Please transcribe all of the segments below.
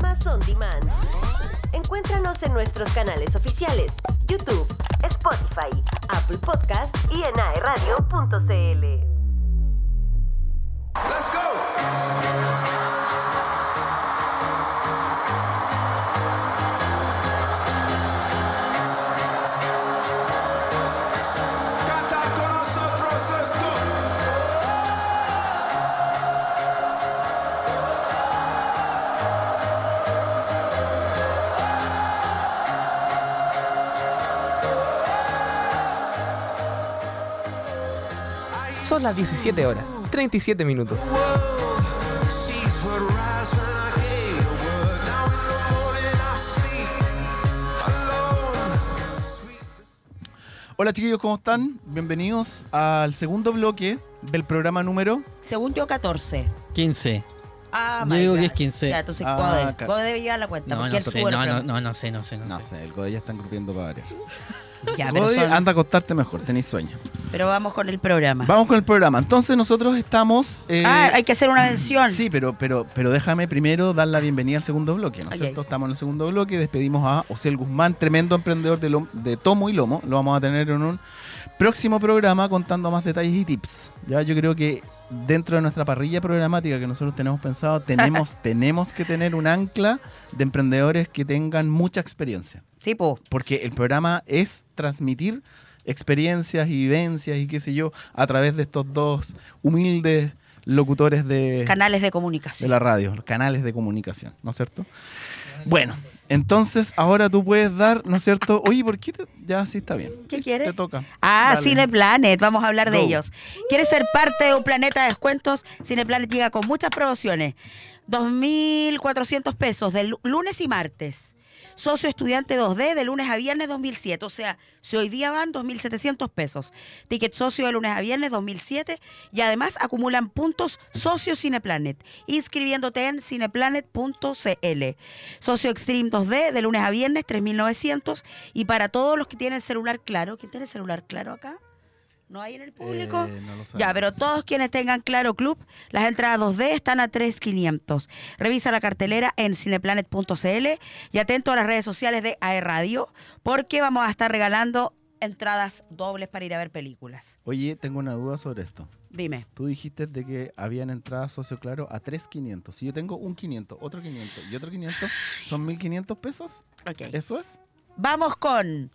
Más On Demand. Encuéntranos en nuestros canales oficiales, YouTube, Spotify, Apple Podcast y en E aeradio.cl. Let's go. Cantar con nosotros, let's go. Son las 17 horas, 37 minutos. Seas would rise when I gave a word. Now in the morning I sleep alone. Hola chiquillos, ¿cómo están? Bienvenidos al segundo bloque del programa número. Según yo, 14. 15. Ah, Yo my digo God. que es 15. Ya, entonces Ah, Code. claro. Code debe llevar la cuenta, No, porque no, él sé, sube el no, no, programa. no, no sé, no sé, no, sé. el Godoy ya están grupiendo para variar. Ya, Ah, pero, Godoy, son- anda a acostarte mejor, tenéis sueño. pero vamos con el programa. Vamos con el programa. Entonces nosotros estamos. eh, ah, hay que hacer una mención. Sí, pero, pero, pero déjame primero dar la bienvenida al segundo bloque, ¿no es Ok. cierto? Estamos en el segundo bloque, despedimos a Ociel Guzmán, tremendo emprendedor de, lo- de tomo y lomo. Lo vamos a tener en un próximo programa contando más detalles y tips. Ya yo creo que dentro de nuestra parrilla programática que nosotros tenemos pensado, tenemos, tenemos que tener un ancla de emprendedores que tengan mucha experiencia. Sí, po. Porque el programa es transmitir experiencias y vivencias y qué sé yo a través de estos dos humildes locutores de Canales Eh, de de comunicación. la radio, los canales de comunicación, ¿no es cierto? Bueno, entonces ahora tú puedes dar, ¿no es cierto? Oye, ¿por qué te- ya sí está bien? ¿Qué quieres? Te toca. Ah, Dale. Cineplanet, vamos a hablar de Go. ellos. ¿Quieres ser parte de un planeta de descuentos? Cineplanet llega con muchas promociones. 2.400 pesos de lu- lunes y martes. Socio estudiante 2D de lunes a viernes 2007. O sea, si hoy día van 2.700 pesos. Ticket socio de lunes a viernes 2007. Y además acumulan puntos socio Cineplanet. Inscribiéndote en cineplanet.cl. Socio Extreme 2D de lunes a viernes 3.900. Y para todos los que tienen celular claro. ¿Quién tiene celular claro acá? ¿No hay en el público? Eh, no lo sabemos. Ya, pero todos quienes tengan Claro Club, las entradas 2D están a 3.500. Revisa la cartelera en cineplanet.cl y atento a las redes sociales de AE Radio porque vamos a estar regalando entradas dobles para ir a ver películas. Oye, tengo una duda sobre esto. Dime. Tú dijiste de que habían entradas socio claro a 3.500. Si yo tengo un 500, otro 500 y otro 500, ¿son 1.500 pesos? Ok. ¿Eso es? Vamos con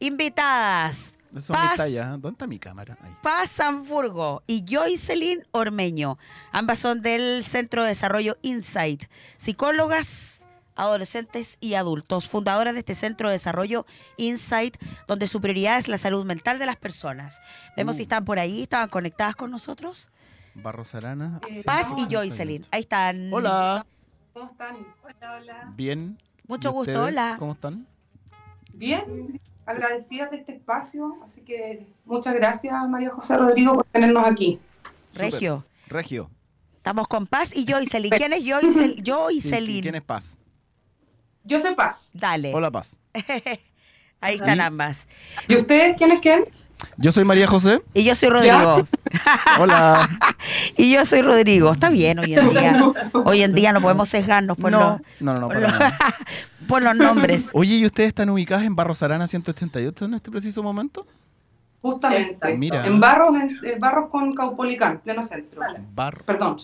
invitadas. Eso es Paz. mi talla. ¿eh? ¿Dónde está mi cámara? Ahí. Paz Sanfurgo y Joycelyn Ormeño. Ambas son del Centro de Desarrollo Insight, psicólogas adolescentes y adultos, fundadoras de este Centro de Desarrollo Insight, donde su prioridad es la salud mental de las personas. Vemos Uh. si están por ahí, estaban conectadas con nosotros. Barros Arana. Eh, Paz y 158. Joycelyn, ahí están. Hola. ¿Cómo están? Hola, hola. Bien. Mucho ¿Y gusto, ustedes? hola. ¿Cómo están? Bien, agradecidas de este espacio, así que muchas gracias María José Rodrigo por tenernos aquí. Regio. Regio. Estamos con Paz y Joycelyn. ¿Quién es Joycel- Joycelyn? ¿Quién es Paz? Yo soy Paz. Dale. Hola, Paz. Ahí están Y- ambas. ¿Y ustedes quién es quién? Yo soy María José. Y yo soy Rodrigo. Hola. Y yo soy Rodrigo. Está bien hoy en día. Hoy en día no podemos sesgarnos por, no, los, no, no, no, por, para los, nada. por los nombres. Oye, ¿y ustedes están ubicadas en Barros Arana 188 en este preciso momento? Justamente. Mira. En Barros, en, en Barros con Caupolicán, pleno centro. Barros. Perdón.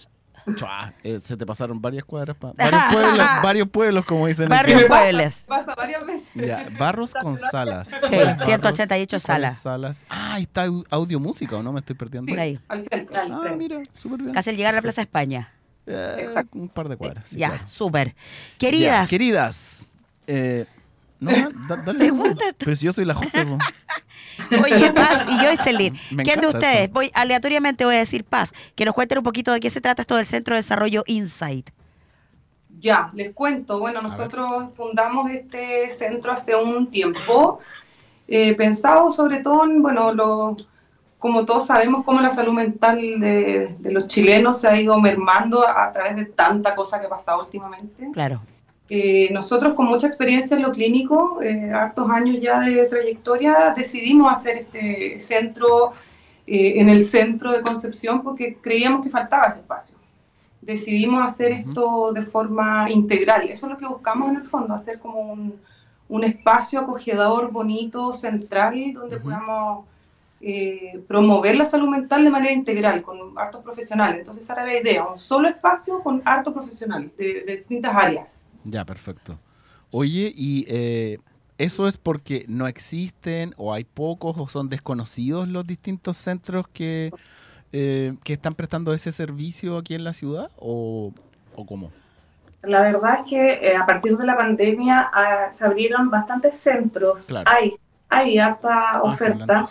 eh, se te pasaron varias cuadras. pa- varios, pueblos, varios pueblos, como dicen. Barrios aquí. Puebles. Pasa varias veces. Ya, Barros con Salas. Sí, ¿Cuál es Barros 188 con Salas. Salas. Ah, ahí está au- audio música, ¿o no? Me estoy perdiendo. Por ahí. Al frente. al Ah, frente. mira, súper bien. Casi al llegar a la Plaza España. Eh, Exacto. Un par de cuadras. sí, ya, claro. súper. Ya, Queridas, queridas. Eh, no, da- dale. Pregunta tú. Pero si yo soy la José. po. oye, Paz y Joycelyn, Me ¿quién de encanta ustedes? eso. Voy, aleatoriamente voy a decir Paz, que nos cuenten un poquito de qué se trata esto del Centro de Desarrollo Insight. Ya, les cuento. Bueno, nosotros fundamos este centro hace un tiempo, eh, pensado sobre todo en, bueno, lo- como todos sabemos, cómo la salud mental de, de los chilenos se ha ido mermando a, a través de tanta cosa que ha pasado últimamente. Claro. Eh, nosotros con mucha experiencia en lo clínico, eh, hartos años ya de trayectoria, decidimos hacer este centro eh, en el centro de Concepción porque creíamos que faltaba ese espacio. decidimos hacer esto de forma integral. Eso es lo que buscamos en el fondo, hacer como un, un espacio acogedor, bonito, central, donde podamos eh, promover la salud mental de manera integral, con hartos profesionales. Entonces esa era la idea, un solo espacio con hartos profesionales de, de distintas áreas. Ya, perfecto. Oye, y eh, eso es porque no existen o hay pocos o son desconocidos los distintos centros que, eh, que están prestando ese servicio aquí en la ciudad o, o cómo? La verdad es que eh, a partir de la pandemia ah, se abrieron bastantes centros. Claro. Ah, Hay, hay harta Fernando. oferta,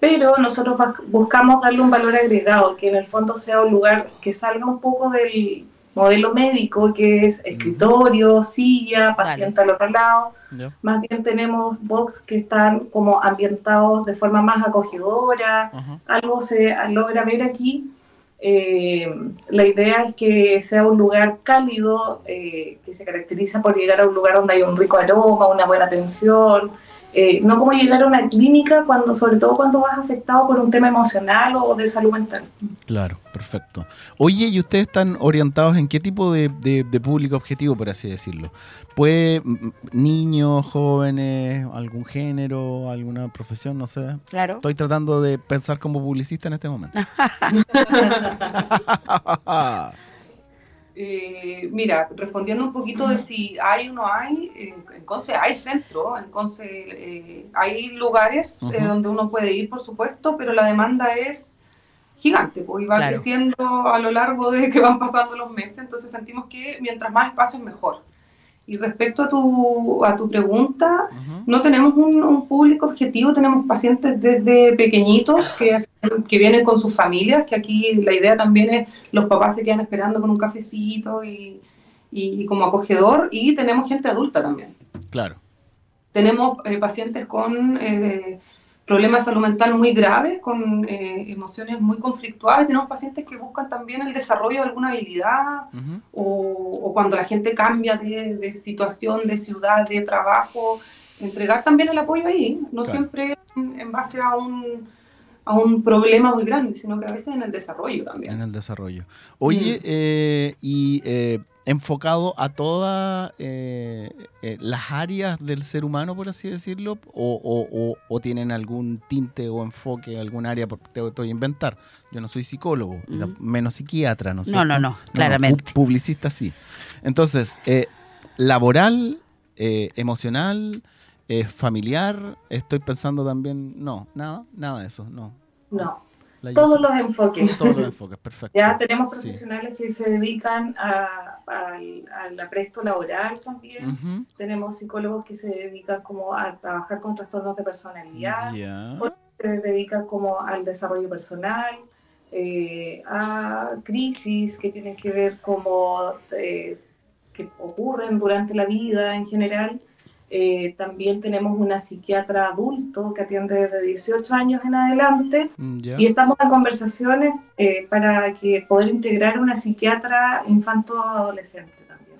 pero nosotros bas- buscamos darle un valor agregado, que en el fondo sea un lugar que salga un poco del modelo médico, que es escritorio, silla, paciente al otro lado. Ya. Más bien tenemos box que están como ambientados de forma más acogedora, Ajá. algo se logra ver aquí. Eh, la idea es que sea un lugar cálido, eh, que se caracteriza por llegar a un lugar donde hay un rico aroma, una buena atención, eh, no como llegar a una clínica, cuando, sobre todo cuando vas afectado por un tema emocional o de salud mental. Claro, perfecto. Oye, ¿y ustedes están orientados en qué tipo de, de- de público objetivo, por así decirlo? ¿Puede mm, niños, jóvenes, algún género, alguna profesión, no sé? Claro. Estoy tratando de pensar como publicista en este momento. Eh, mira, respondiendo un poquito de si hay o no hay, en en Conce hay centro, en Conce eh, hay lugares eh, Ujú. donde uno puede ir, por supuesto, pero la demanda es gigante pues, y va Claro. creciendo a lo largo de que van pasando los meses, entonces sentimos que mientras más espacios mejor. Y respecto a tu, a tu pregunta, Ujú. no tenemos un, un público objetivo, tenemos pacientes desde pequeñitos que, hacen- que vienen con sus familias, que aquí la idea también es los papás se quedan esperando con un cafecito y, y como acogedor, y tenemos gente adulta también. Claro. Tenemos eh, pacientes con eh, problemas de salud mental muy graves, con eh, emociones muy conflictuadas, tenemos pacientes que buscan también el desarrollo de alguna habilidad Ujú. o, o cuando la gente cambia de, de situación, de ciudad, de trabajo, entregar también el apoyo ahí, no Claro. siempre en, en base a un, a un problema muy grande, sino que a veces en el desarrollo En también. el desarrollo. Oye, Mm. eh, y eh, enfocado a todas eh, eh, las áreas del ser humano, por así decirlo, o, o- o- o tienen algún tinte o enfoque, algún área, porque te estoy a inventar. Yo no soy psicólogo, y tam- menos psiquiatra, ¿no sé. No, no, no, claramente. publicista sí. Entonces, eh, laboral, eh, emocional, eh, familiar, estoy pensando también, no, nada, nada de eso, no. No, La todos Yusi- los enfoques. todos los enfoques, perfecto. Ya tenemos Sí. profesionales que se dedican a, al, al apresto laboral también. Ujú. Tenemos psicólogos que se dedican como a trabajar con trastornos de personalidad, Ya. se dedican como al desarrollo personal, eh, a crisis que tienen que ver como eh, que ocurren durante la vida en general. Eh, también tenemos una psiquiatra adulto que atiende desde 18 años en adelante Mm, ya. y estamos en conversaciones eh, para que poder integrar una psiquiatra infanto-adolescente también.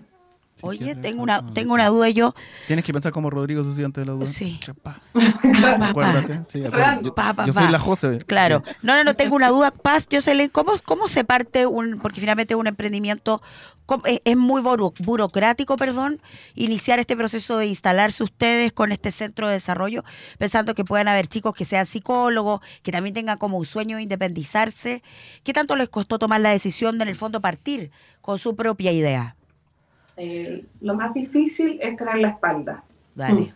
Oye, Psiquiatra tengo una, infantil. tengo una duda yo. Tienes que pensar como Rodrigo Susi antes de la duda. Sí. Chapá. Papá, Acuérdate. Sí, acuérdate. Yo, Pa, pa, yo soy pa. la Jose. Claro. No, no, no, tengo una duda, Paz. Yo sé, ¿cómo, ¿cómo se parte un, porque finalmente es un emprendimiento, ¿cómo- es, es muy buro- burocrático, perdón, iniciar este proceso de instalarse ustedes con este centro de desarrollo, pensando que puedan haber chicos que sean psicólogos, que también tengan como un sueño de independizarse. ¿Qué tanto les costó tomar la decisión de, en el fondo, partir con su propia idea? Eh, lo más difícil es tener la espalda. Dale.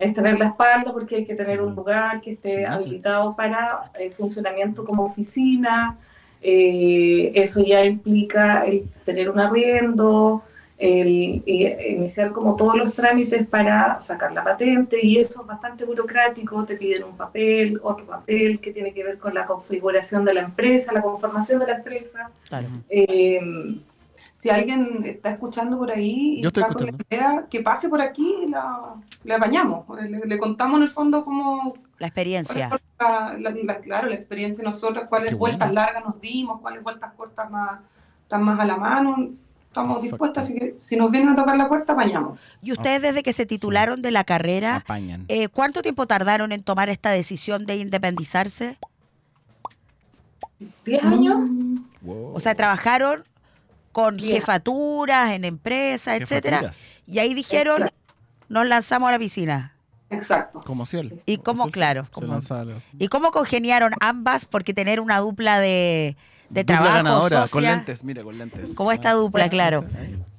es tener la espalda porque hay que tener un lugar que esté Gimnasio. habilitado para el funcionamiento como oficina. Eh, eso ya implica el tener un arriendo, el, i- iniciar como todos los trámites para sacar la patente y eso es bastante burocrático, te piden un papel, otro papel que tiene que ver con la configuración de la empresa, la conformación de la empresa. Claro. Eh, Si alguien está escuchando por ahí y Yo estoy está con la escuchando. idea, que pase por aquí y la, le apañamos, le, le contamos en el fondo cómo, La experiencia. cuáles fueron la- la- la- claro, la experiencia de nosotros, cuáles Qué bueno. vueltas largas nos dimos, cuáles vueltas cortas más, están más a la mano. Estamos dispuestas, así que si nos vienen a tocar la puerta, apañamos. Y ustedes desde que se titularon de la carrera, Apañan. eh, ¿cuánto tiempo tardaron en tomar esta decisión de independizarse? 10 años Wow. Mm. O sea, trabajaron con Bien. jefaturas en empresas, etcétera. Jefaturas, Y ahí dijeron, nos lanzamos a la piscina. Exacto. Como Ciel. Y como, Ciel se- claro, se como- lanzaba a los- ¿Y cómo congeniaron ambas? Porque tener una dupla de, de Dupla trabajo, ganadora, socia, con lentes, mira, con lentes. Como esta dupla, claro.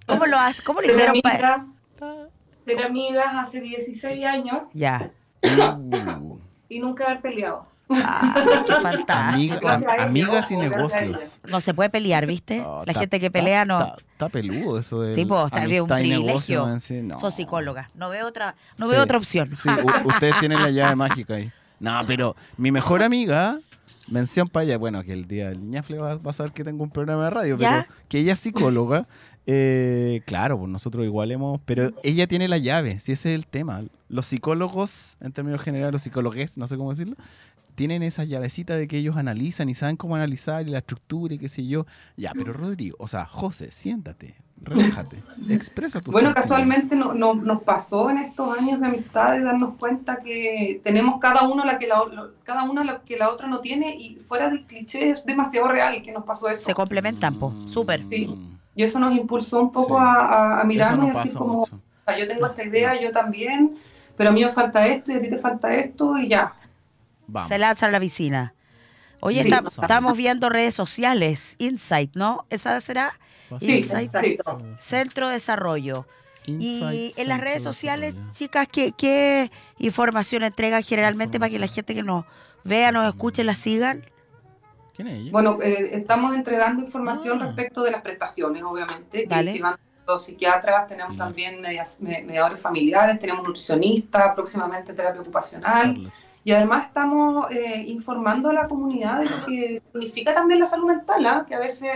¿Cómo lo, has, cómo lo Ser hicieron? pa- amigas, ser amigas hace 16 años Ya. Uh, y nunca haber peleado. Ah, qué fantástico. amiga- am- amigas y Gracias a ella. negocios. No se puede pelear, ¿viste? Oh, ¿Eh? la ta- gente que ta- pelea no. ta- Está peludo eso de. Sí, pues, tal vez un privilegio. no. Soy psicóloga. No veo otra, no Sí. veo otra opción. Sí, u- ustedes tienen la llave mágica ahí. No, pero mi mejor amiga, mención para ella, bueno, que el día del ñafle va, va a saber que tengo un programa de radio, ¿Ya? pero que ella es psicóloga. eh, claro, pues nosotros igual hemos. Pero ella tiene la llave, si ese es el tema. Los psicólogos, en términos generales, los psicólogues, no sé cómo decirlo, tienen esa llavecita de que ellos analizan y saben cómo analizar y la estructura y qué sé yo. Ya, pero Rodrigo, o sea, José, siéntate, relájate, expresa tu Bueno, sentimiento. casualmente no- no- nos pasó en estos años de amistad de darnos cuenta que tenemos cada uno la que la, o- lo- cada una la que la otra no tiene y fuera del cliché es demasiado real que nos pasó eso. Se complementan, po. Mm. Súper. Sí. Y eso nos impulsó un poco Sí. a, a- a mirarnos no y decir pasa como, mucho. "Ah, yo tengo esta idea, yo también, pero a mí me falta esto y a ti te falta esto y ya. Vamos. Se lanzan a la piscina. Oye, Sí. está- estamos viendo redes sociales, Insight, ¿no? Esa será Sí, Insight. Exacto. Centro Desarrollo. Y en las redes sociales, Insight, chicas, ¿qué, qué información entregan generalmente para que la gente que nos vea, nos escuche, la sigan? ¿Quién es ella? Bueno, eh, estamos entregando información Ah. respecto de las prestaciones, obviamente, que, Dale. que van los psiquiatras, tenemos Bien. también medias- me- mediadores familiares, tenemos nutricionistas, próximamente terapia ocupacional. Charlotte. Y además estamos eh, informando a la comunidad de lo que significa también la salud mental, ¿ah? que a veces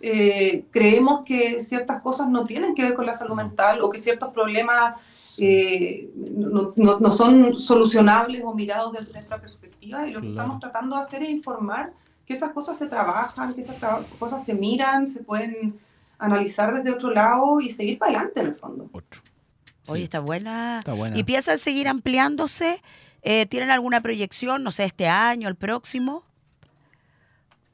eh, creemos que ciertas cosas no tienen que ver con la salud mental o que ciertos problemas eh, no, no- no son solucionables o mirados desde nuestra perspectiva. Y lo que Claro. estamos tratando de hacer es informar que esas cosas se trabajan, que esas tra- cosas se miran, se pueden analizar desde otro lado y seguir para adelante en el fondo. Otro. Oye, Sí, está buena. está buena. ¿Y piensan seguir ampliándose? Eh, ¿Tienen alguna proyección, no sé, este año, el próximo?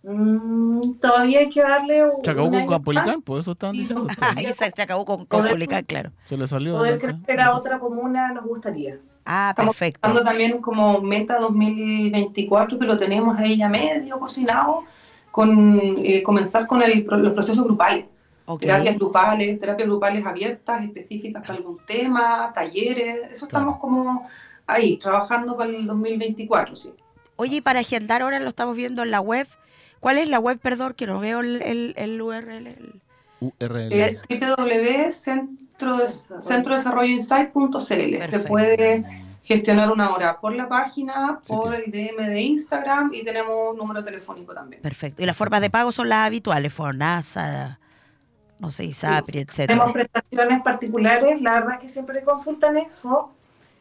Mm, todavía hay que darle un, Chacabú un con año Capolicán, más, por eso estaban Sí, diciendo. no. pues. Ahí se, se acabó con, con Poder- Culiacán, claro. Se le salió. Poder ¿no? crecer a otra comuna nos gustaría. Ah, Estamos perfecto. Dando también como meta 2024, que lo tenemos ahí ya medio cocinado, con eh, comenzar con el pro- los procesos grupales. Ok. Terapias grupales, terapias grupales abiertas, específicas para algún tema, talleres, eso Claro. estamos como ahí, trabajando para el 2024, sí. Oye, y para agendar ahora lo estamos viendo en la web. ¿Cuál es la web, perdón, que no veo el, el- el URL? el- URL. Eh, Es www.centrodesarrolloinsight.cl. Se Perfecto. puede gestionar una hora por la página, por el DM de Instagram y tenemos un número telefónico también. Perfecto. Y las formas de pago son las habituales, Fornasa, no sé, Isapri, Tenemos etcétera. prestaciones particulares, la verdad es que siempre consultan eso.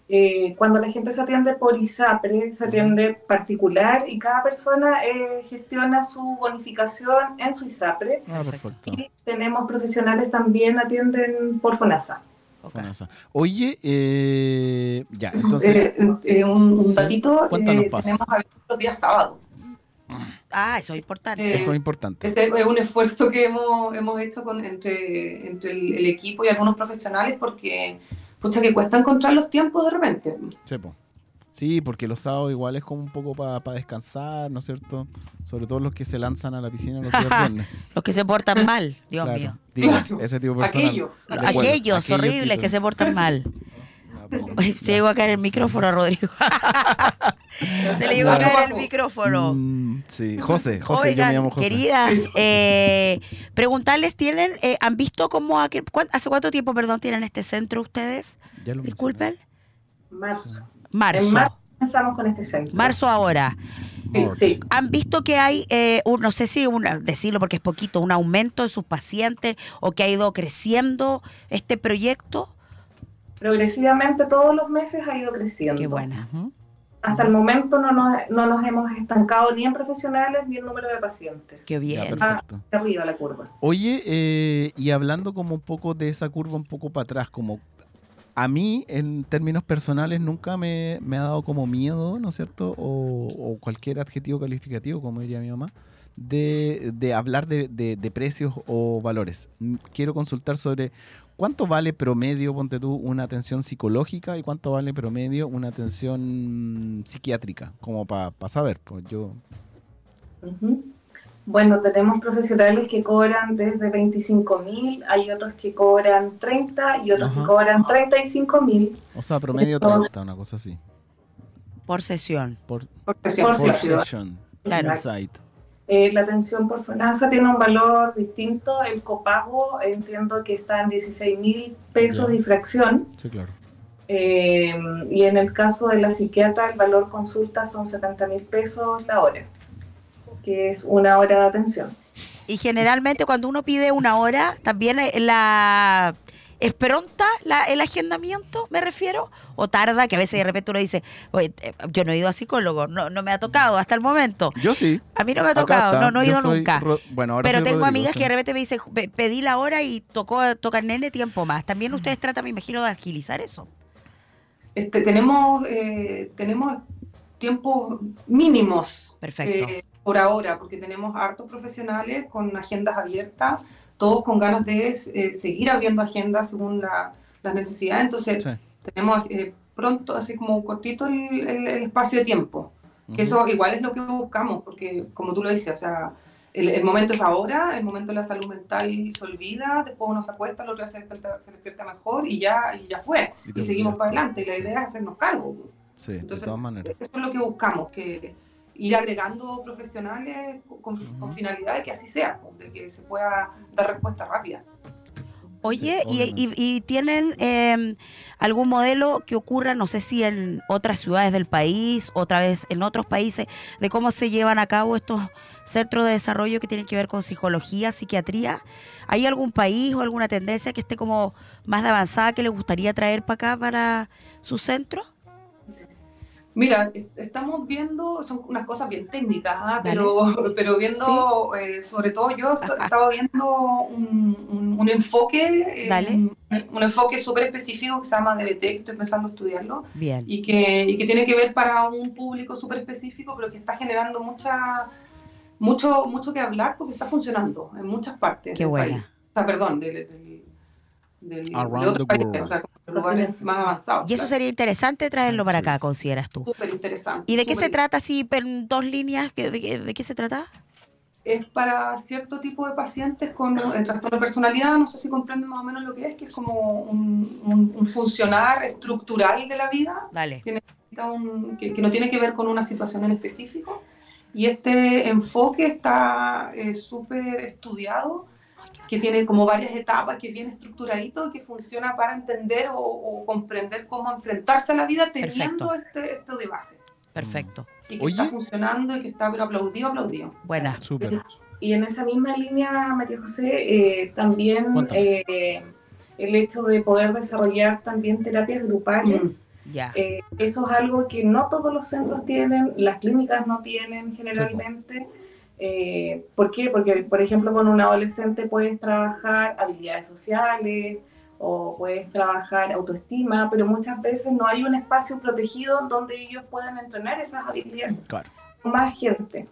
Eh, cuando la gente se atiende por ISAPRE, se atiende particular y cada persona eh, gestiona su bonificación en su ISAPRE. Ah, perfecto. Y tenemos profesionales también atienden por FONASA. Ok. Con eso. Oye, eh, ya, entonces. Eh, eh, un, un Sí. datito, eh, Cuéntanos, Paz. tenemos abierto los días sábados. Ah, eso es importante. eh, eso es importante. Ese es un esfuerzo que hemos, hemos hecho con, entre, entre el, el equipo y algunos profesionales porque, pucha, que cuesta encontrar los tiempos de repente. Sí, po. Sí, porque los sábados igual es como un poco para descansar, ¿no es cierto? Sobre todo los que se lanzan a la piscina los días viernes. Los que se portan mal, Dios Claro. mío. Digo, Claro. Ese tipo de personas. Aquellos. De acuerdo. Aquellos horribles que te- se portan mal. Ah, Uy, Se llegó a caer el micrófono a Rodrigo. se le llegó a Claro. caer el micrófono. Mm, sí, José, José, yo Oigan, me llamo José. queridas, eh, preguntarles, ¿tienen, eh, ¿han visto cómo, a qué- cuán- hace cuánto tiempo, perdón, tienen este centro ustedes? Ya lo mencioné. Disculpen. Marzo. Marzo. En marzo empezamos con este centro. Marzo ahora. Sí, sí. ¿Han visto que hay, eh, un- no sé si una, decirlo porque es poquito, un aumento en sus pacientes o que ha ido creciendo este proyecto? Progresivamente todos los meses ha ido creciendo. Qué buena. Ujú. Hasta el momento no nos, no nos hemos estancado ni en profesionales ni en número de pacientes. Qué Ya, bien. perfecto. Está arriba la curva. Ah, Oye, eh, y hablando como un poco de esa curva un poco para atrás, como a mí en términos personales nunca me, me ha dado como miedo, ¿no es cierto? O, o cualquier adjetivo calificativo, como diría mi mamá. de, de hablar de, de- de precios o valores. Mm, Quiero consultar sobre cuánto vale promedio, ponte tú, una atención psicológica y cuánto vale promedio una atención mm, psiquiátrica, como para saber. Pues yo, Ujú. Bueno, tenemos profesionales que cobran desde 25 mil, hay otros que cobran 30 y otros Ajá. que cobran 35 mil o sea, promedio 30, una cosa así. por sesión. Por, Porque Por por sesión. session, Claro. insight. la atención por FONASA tiene un valor distinto, el copago entiendo que está en 16 mil pesos Ya. y fracción, Sí, claro. eh, y en el caso de la psiquiatra el valor consulta son 70 mil pesos la hora, que es una hora de atención. Y generalmente cuando uno pide una hora, también eh, la es pronta la- el agendamiento, me refiero, o tarda, que a veces de repente uno dice, Oye, eh, yo no he ido a psicólogo, no, no me ha tocado hasta el momento. Yo sí. A mí no me ha acá tocado, está, no, no he yo ido soy nunca. Ro- bueno, ahora Pero soy tengo Rodrigo, amigas sí. que de repente me dicen, "Pe- pedí la hora y tocó tocar nene tiempo más. También ustedes tratan, me imagino, de agilizar eso. Este, tenemos, eh, tenemos tiempos mínimos Perfecto. eh, por ahora, porque tenemos hartos profesionales con agendas abiertas, todos con ganas de eh, seguir abriendo agendas según la- las necesidades. Entonces, Sí. tenemos eh, pronto, así como cortito, el, el- el espacio de tiempo. Ujú. Que eso igual es lo que buscamos, porque como tú lo dices, o sea, el, el momento es ahora, el momento de la salud mental se olvida, después uno se acuesta, el otro día se despierta, se despierta mejor y ya, y ya fue. Y te Y, seguimos olvidaste. para adelante. Y la idea es hacernos cargo. Sí, de Entonces, todas maneras. Eso es lo que buscamos, que ir agregando profesionales con, con- con finalidad de que así sea, de que se pueda dar respuesta rápida. Oye, Sí, y, y- y tienen eh, algún modelo que ocurra, no sé si en otras ciudades del país, otra vez en otros países, de cómo se llevan a cabo estos centros de desarrollo que tienen que ver con psicología, psiquiatría? ¿Hay algún país o alguna tendencia que esté como más de avanzada que les gustaría traer para acá, para su centro? Mira, es- estamos viendo, son unas cosas bien técnicas, ¿ah? pero, pero viendo, eh, sobre todo yo est- he estado viendo un, un- un enfoque, eh, Dale. un, un enfoque súper específico que se llama DBT, que estoy pensando estudiarlo, Bien. y que, y que tiene que ver para un público súper específico, pero que está generando mucha, mucho, mucho que hablar porque está funcionando en muchas partes. Qué del buena. país. O sea, perdón, del, del- del- de Around otros the países, world. o sea, como los lugares más avanzados. Y eso sería interesante traerlo para acá, consideras tú. súper interesante. ¿Y de qué se trata, si en dos líneas, que- de, qué- de qué se trata? es para cierto tipo de pacientes con eh, trastorno de personalidad, no sé si comprenden más o menos lo que es, que es como un, un- un funcionar estructural de la vida, Dale. está un- que, que no tiene que ver con una situación en específico. Y este enfoque está eh, súper estudiado, que tiene como varias etapas, que es bien estructuradito, que funciona para entender o, o comprender cómo enfrentarse a la vida teniendo este, esto de base. Perfecto. Y que Oye. está funcionando y que está pero aplaudido, aplaudido. Buena. Súper. Y en esa misma línea, María José, eh, también Cuéntame. eh, el hecho de poder desarrollar también terapias grupales, Ya. eh, eso es algo que no todos los centros tienen, las clínicas no tienen generalmente. Eh, ¿Por qué? Porque, por ejemplo, con un adolescente puedes trabajar habilidades sociales o puedes trabajar autoestima, pero muchas veces no hay un espacio protegido donde ellos puedan entrenar esas habilidades Claro. más gente.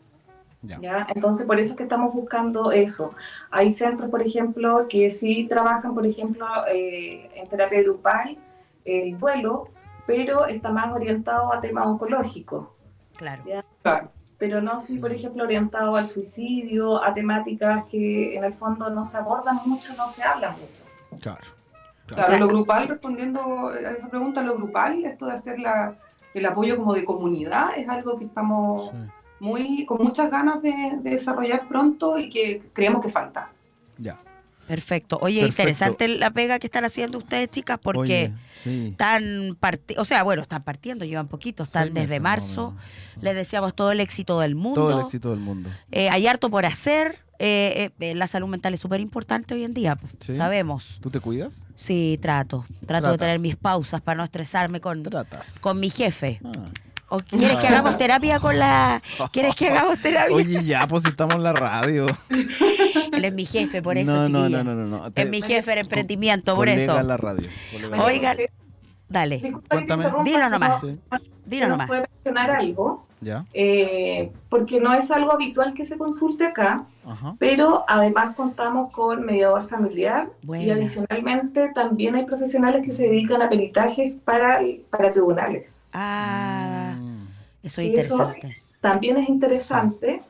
Ya. ¿ya? Entonces, por eso es que estamos buscando eso. Hay centros, por ejemplo, que sí trabajan, por ejemplo, eh, en terapia grupal, el duelo, pero está más orientado a temas oncológicos. Claro. Claro. Pero no, sí, Mm. por ejemplo, orientado al suicidio, a temáticas que en el fondo no se abordan mucho, no se hablan mucho. Claro. Claro, O sea- lo grupal, respondiendo a esa pregunta, lo grupal, esto de hacer la, el apoyo como de comunidad, es algo que estamos Sí. muy con muchas ganas de, de desarrollar pronto y que creemos que falta. Ya. Perfecto. Oye, Perfecto. interesante la pega que están haciendo ustedes, chicas, porque Oye, sí. están partiendo, o sea, bueno, están partiendo, llevan poquito, están Seis desde meses, marzo. más o menos. Les deseamos todo el éxito del mundo. Todo el éxito del mundo. Eh, hay harto por hacer. Eh, eh, eh, la salud mental es súper importante hoy en día, pues, Sí. sabemos. ¿Tú te cuidas? Sí, trato. Trato Tratas. de tener mis pausas para no estresarme con, Tratas. con mi jefe. Ah. ¿O quieres que hagamos terapia con la... ¿Quieres que hagamos terapia? Oye, ya, pues estamos en la radio. Él es mi jefe, por eso, no, no, chiquillas. no, no, no, no. Es mi jefe en emprendimiento, por Colega eso. en la radio. Colega en la María Oigan. José, Dale, Disculpa que te Cuéntame. interrumpa, eh, Dilo se nomás. nos- Sí. dilo se nos nomás. fue mencionar algo, Ya. eh, porque no es algo habitual que se consulte acá, Ajá. pero además contamos con mediador familiar y Buena. adicionalmente también hay profesionales que se dedican a peritajes para, para tribunales. Ah, Mm. eso es y eso- interesante. También es interesante,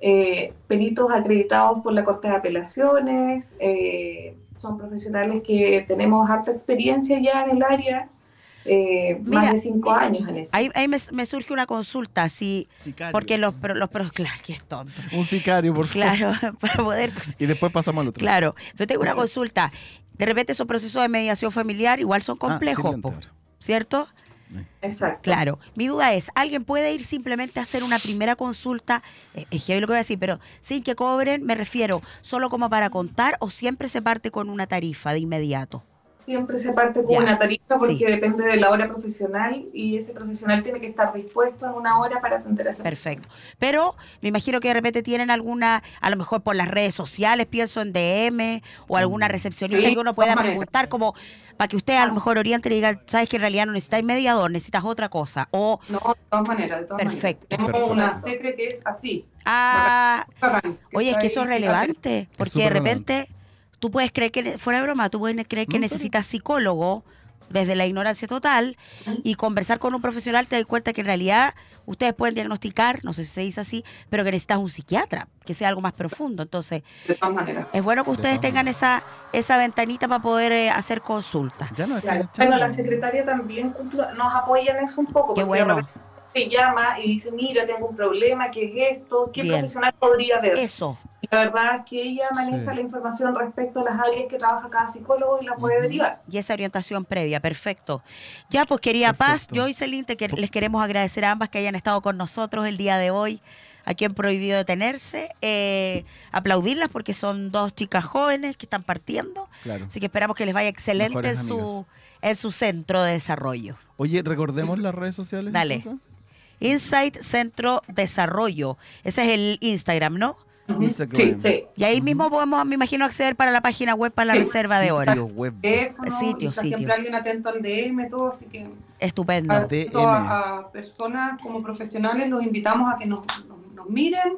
eh, peritos acreditados por la Corte de Apelaciones, eh, son profesionales que tenemos harta experiencia ya en el área, eh, Mira, más de cinco años en eso. Ahí, ahí me, me surge una consulta, sí, Sicario. porque los, pro- los pro- claro, que es tonto. Un sicario, por favor. Claro, para poder, pues, Y después pasamos al otro. Ah, claro. Yo tengo una consulta. De repente esos procesos de mediación familiar igual son Ah, complejos, sirviente po, ahora. ¿cierto? Exacto. Claro. Mi duda es, ¿alguien puede ir simplemente a hacer una primera consulta? Eh, Es heavy lo que voy a decir, pero sin que cobren, me refiero, solo como para contar o siempre se parte con una tarifa de inmediato. Siempre se parte con Ya. una tarifa porque Sí. depende de la hora profesional y ese profesional tiene que estar dispuesto en una hora para atender a esa Perfecto. Pero me imagino que de repente tienen alguna, a lo mejor por las redes sociales, pienso en DM o alguna recepcionista Sí, que uno pueda ojalá. preguntar como para que usted a lo mejor oriente y le diga, sabes que en realidad no necesitas mediador, necesitas otra cosa. O, No, de todas maneras, de todas Perfecto. maneras. Tenemos Perfecto. una secre que es así. ah, bacán, oye, es está que eso es ahí, relevante, porque de súper repente tú puedes creer que, ne- fuera de broma, tú puedes creer que No, en serio. necesitas psicólogo desde la ignorancia total y conversar con un profesional te das cuenta que en realidad ustedes pueden diagnosticar, no sé si se dice así, pero que necesitas un psiquiatra, que sea algo más profundo. Entonces, De todas maneras. Es bueno que ustedes todas tengan esa, esa ventanita para poder eh, hacer consultas. Ya no Claro. Bueno, la secretaria también cultura- nos apoya en eso un poco. Qué porque de bueno. repente Te llama y dice, mira, tengo un problema, ¿qué es esto? ¿Qué Bien. profesional podría ver? Eso. La verdad es que ella maneja Sí. la información respecto a las áreas que trabaja cada psicólogo y la puede Ujú. derivar. Y esa orientación previa, perfecto. Ya, pues querida Paz, Perfecto. yo y Celine, te quer- les queremos agradecer a ambas que hayan estado con nosotros el día de hoy, aquí en Prohibido Detenerse. Eh, aplaudirlas porque son dos chicas jóvenes que están partiendo. Claro. Así que esperamos que les vaya excelente en Mejores su, amigas. en su centro de desarrollo. Oye, recordemos las redes sociales. Dale. entonces? Insight Centro Desarrollo. Ese es el Instagram, ¿no? Sí, Instagram. sí. Y ahí mismo podemos, me imagino, acceder para la página web para la Sí, reserva de horas. Sitio web. Eh, Teléfono, Sitio, está sitio. siempre alguien atento al DM, todo, así que Estupendo. Ah. DM. atento a, a personas como profesionales, los invitamos a que nos, nos- nos miren,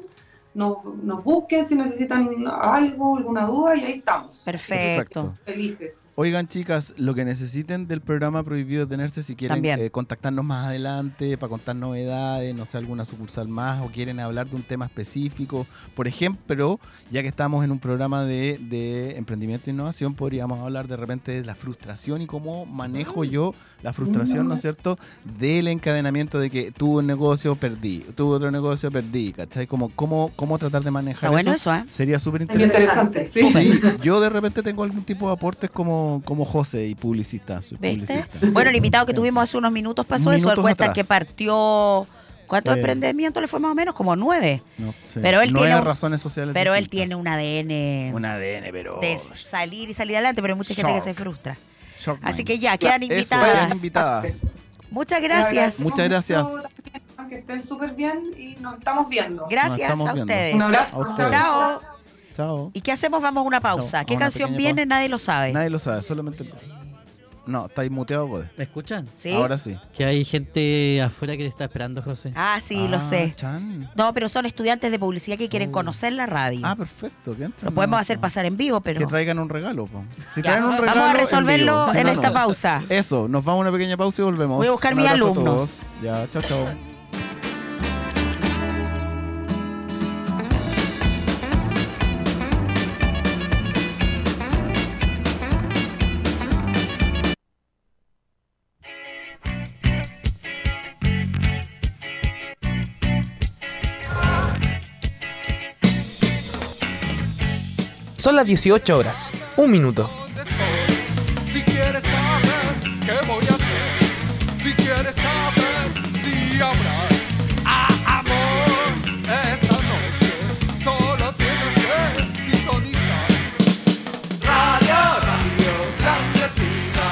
nos, nos busquen si necesitan algo, alguna duda, y ahí estamos. Perfecto. Felices. Oigan, chicas, lo que necesiten del programa Prohibido Tenerse, si quieren También. eh, contactarnos más adelante para contar novedades, no sé, alguna sucursal más, o quieren hablar de un tema específico. Por ejemplo, ya que estamos en un programa de, de emprendimiento e innovación, podríamos hablar de repente de la frustración y cómo Mm. manejo yo la frustración, ¿no es cierto?, del encadenamiento de que tuve un negocio, perdí, tuve otro negocio, perdí, ¿cachai? Como, cómo, cómo tratar de manejar Está bueno eso. eso, ¿eh? Sería súper Muy interesante. Interesante. Interesante, sí. Sí, yo de repente tengo algún tipo de aportes como, como José y publicista. Soy ¿Viste? publicista. Bueno, el invitado que Piensa. tuvimos hace unos minutos pasó eso. Él Minutos cuenta atrás. que partió. ¿Cuántos Eh. emprendimientos le fue más o menos? Como nueve. No sé. Pero él Nueve tiene un- razones sociales. Pero él tiene distintas. un ADN un ADN, pero. de salir y salir adelante, pero hay mucha gente que se frustra. Shockman. Así que ya, quedan Eso, invitadas. quedan invitadas. Muchas Les gracias. agradecemos Muchas gracias. mucho también, Que estén súper bien y nos estamos viendo. Gracias estamos a viendo. ustedes. Un abrazo. A ustedes. Chao. Chao. ¿Y qué hacemos? Vamos a una pausa. Chao, ¿Qué a una canción pequeña viene? pausa. Nadie lo sabe. Nadie lo sabe, solamente. No, estáis muteado, pues. ¿Me escuchan? ¿Sí? Ahora sí. Que hay gente afuera que le está esperando, José. Ah, sí, Ah, lo sé. Chan. No, pero son estudiantes de publicidad que quieren conocer la radio. Ah, perfecto. Que entren, Lo podemos no, hacer no. pasar en vivo, pero. Que traigan un regalo, po. Si Ya. traen un regalo. Vamos a en resolverlo vivo. en, Si no, esta no. pausa. Eso, nos vamos a una pequeña pausa y volvemos. Voy a buscar Un mis abrazo a alumnos. todos. Ya, chao, chao. Son las 18 horas, un minuto. Si quieres saber qué voy a hacer, si quieres saber si habrá a- amor esta noche, solo tienes que sintonizar. Radio, radio, clandestina.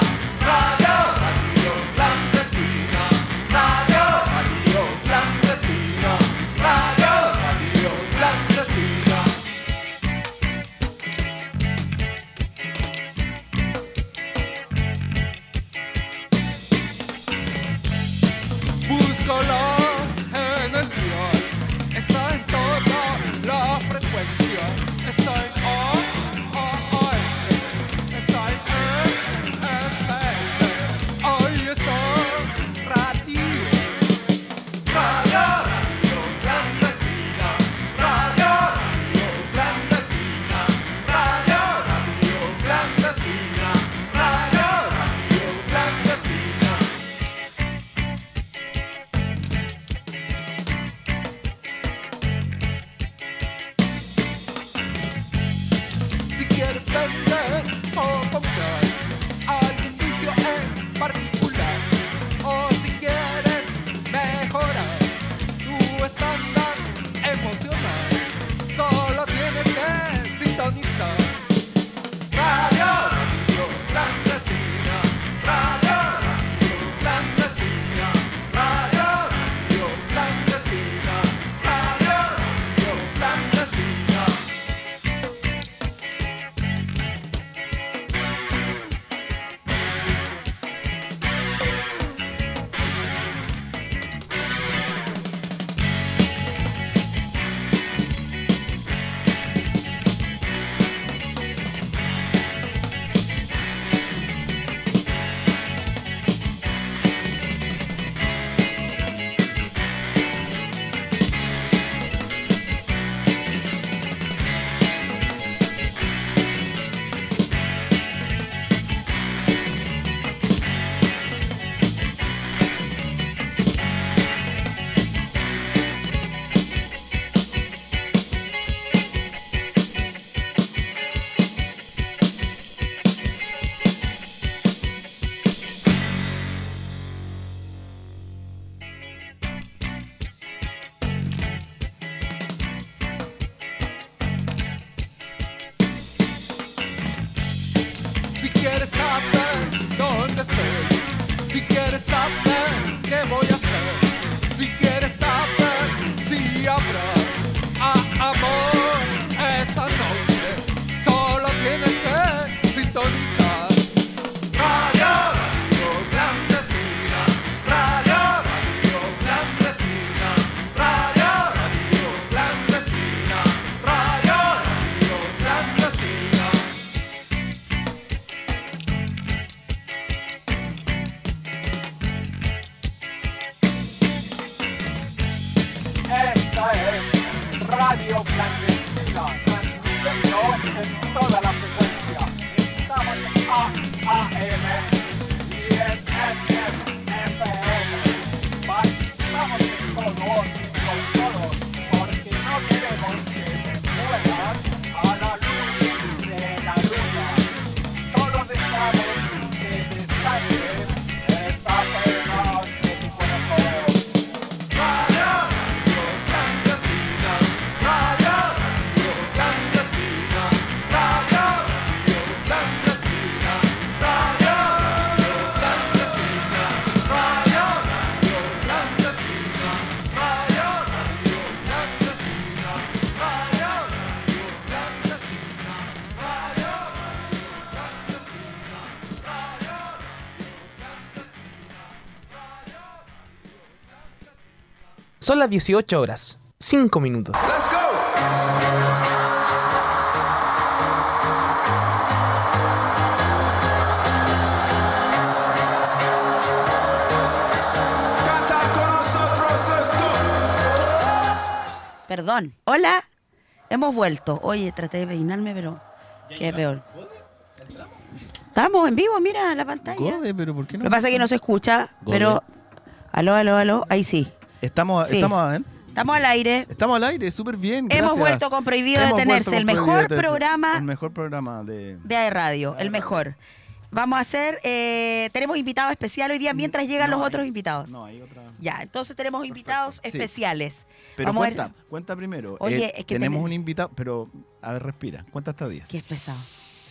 Radio, radio, clandestina. Radio, radio, clandestina. Radio, radio, clandestina. quieres saber dónde estoy, si quieres saber qué voy a hacer, si quieres saber si habrá a- amor esta noche, solo tienes que sintonizar. Radio Radio Clandestina, Radio Radio Clandestina, Radio Radio Clandestina, Radio Radio Clandestina. Esta es Radio Clandestina, transmitiendo en toda la frecuencia. Estamos en AAM y en FM. Estamos en todos, con todos, porque no queremos que se muevan a la luz de la luna. Solo dejamos que descansen estas penas de tu cuerpo. Son las 18 horas, 5 minutos. Let's go. Cantar con nosotros, let's go. Perdón. Hola. Hemos vuelto. Oye, traté de peinarme, pero qué peor. Estamos en vivo, mira la pantalla. Gode, pero ¿por qué Ah, Lo no? que pasa es que no se escucha, pero. Aló, aló, aló. Ahí sí. Estamos, Sí. estamos, adentro. Estamos al aire. Estamos al aire, súper bien. Hemos gracias. vuelto con Prohibido Hemos Detenerse, vuelto el con Prohibido mejor Detenerse, programa El mejor programa de. de AE Radio, el mejor. Vamos a hacer, eh, tenemos invitado especial hoy día mientras llegan No, los hay- otros invitados. No, hay otra. Ya, entonces tenemos invitados sí. especiales. Pero Vamos a ver. cuenta, cuenta primero. Oye, Eh, es que tenemos tenem- un invitado, pero a ver, respira. Cuenta hasta 10. Qué es pesado.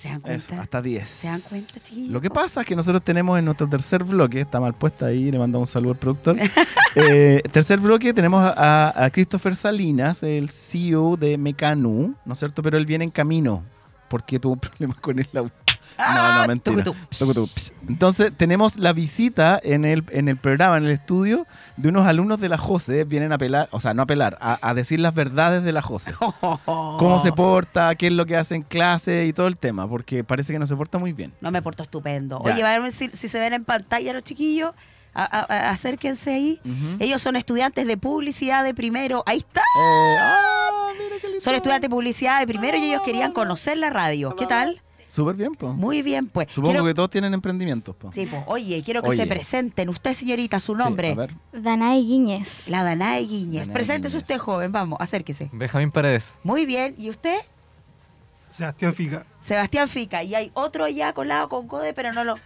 ¿Se dan Eso, cuenta? hasta 10. ¿Se dan cuenta, chiquillos? Lo que pasa es que nosotros tenemos en nuestro tercer bloque, está mal puesta ahí, le mandamos un saludo al productor. Eh, tercer bloque tenemos a, a- a Christopher Salinas, el CEO de Mecanu, ¿no es cierto? Pero él viene en camino porque tuvo problemas con el auto. No, Ah, no, mentira. tucu, Tucu, tucu, psh. Entonces tenemos la visita en el, en el programa, en el estudio, de unos alumnos de la JOSE. Vienen a pelar, o sea, no a pelar, a, a decir las verdades de la JOSE. Cómo se porta, qué es lo que hace en clase y todo el tema, porque parece que no se porta muy bien. No me porto estupendo. Ya. Oye, va a ver si, si se ven en pantalla los chiquillos. a- a- a- acérquense ahí. Ellos son estudiantes de publicidad de primero. Ahí está. Eh, ah, mira qué lindo. Ah. Son estudiantes de publicidad de primero y ellos querían conocer la radio. ¿Qué tal? Súper bien, po. Muy bien, pues. Ah. Supongo Quiero- que todos tienen emprendimientos, po. Sí, pues, oye, quiero que Oye. se presenten. Usted, señorita, su Sí, nombre. a ver. Danae Guiñez. La Danae Guiñez. Danae Preséntese Guiñez. usted, joven. Vamos, acérquese. Benjamín Paredes. Muy bien. ¿Y usted? Sebastián Fica. Sebastián Fica. Y hay otro allá colado con Code, pero no lo...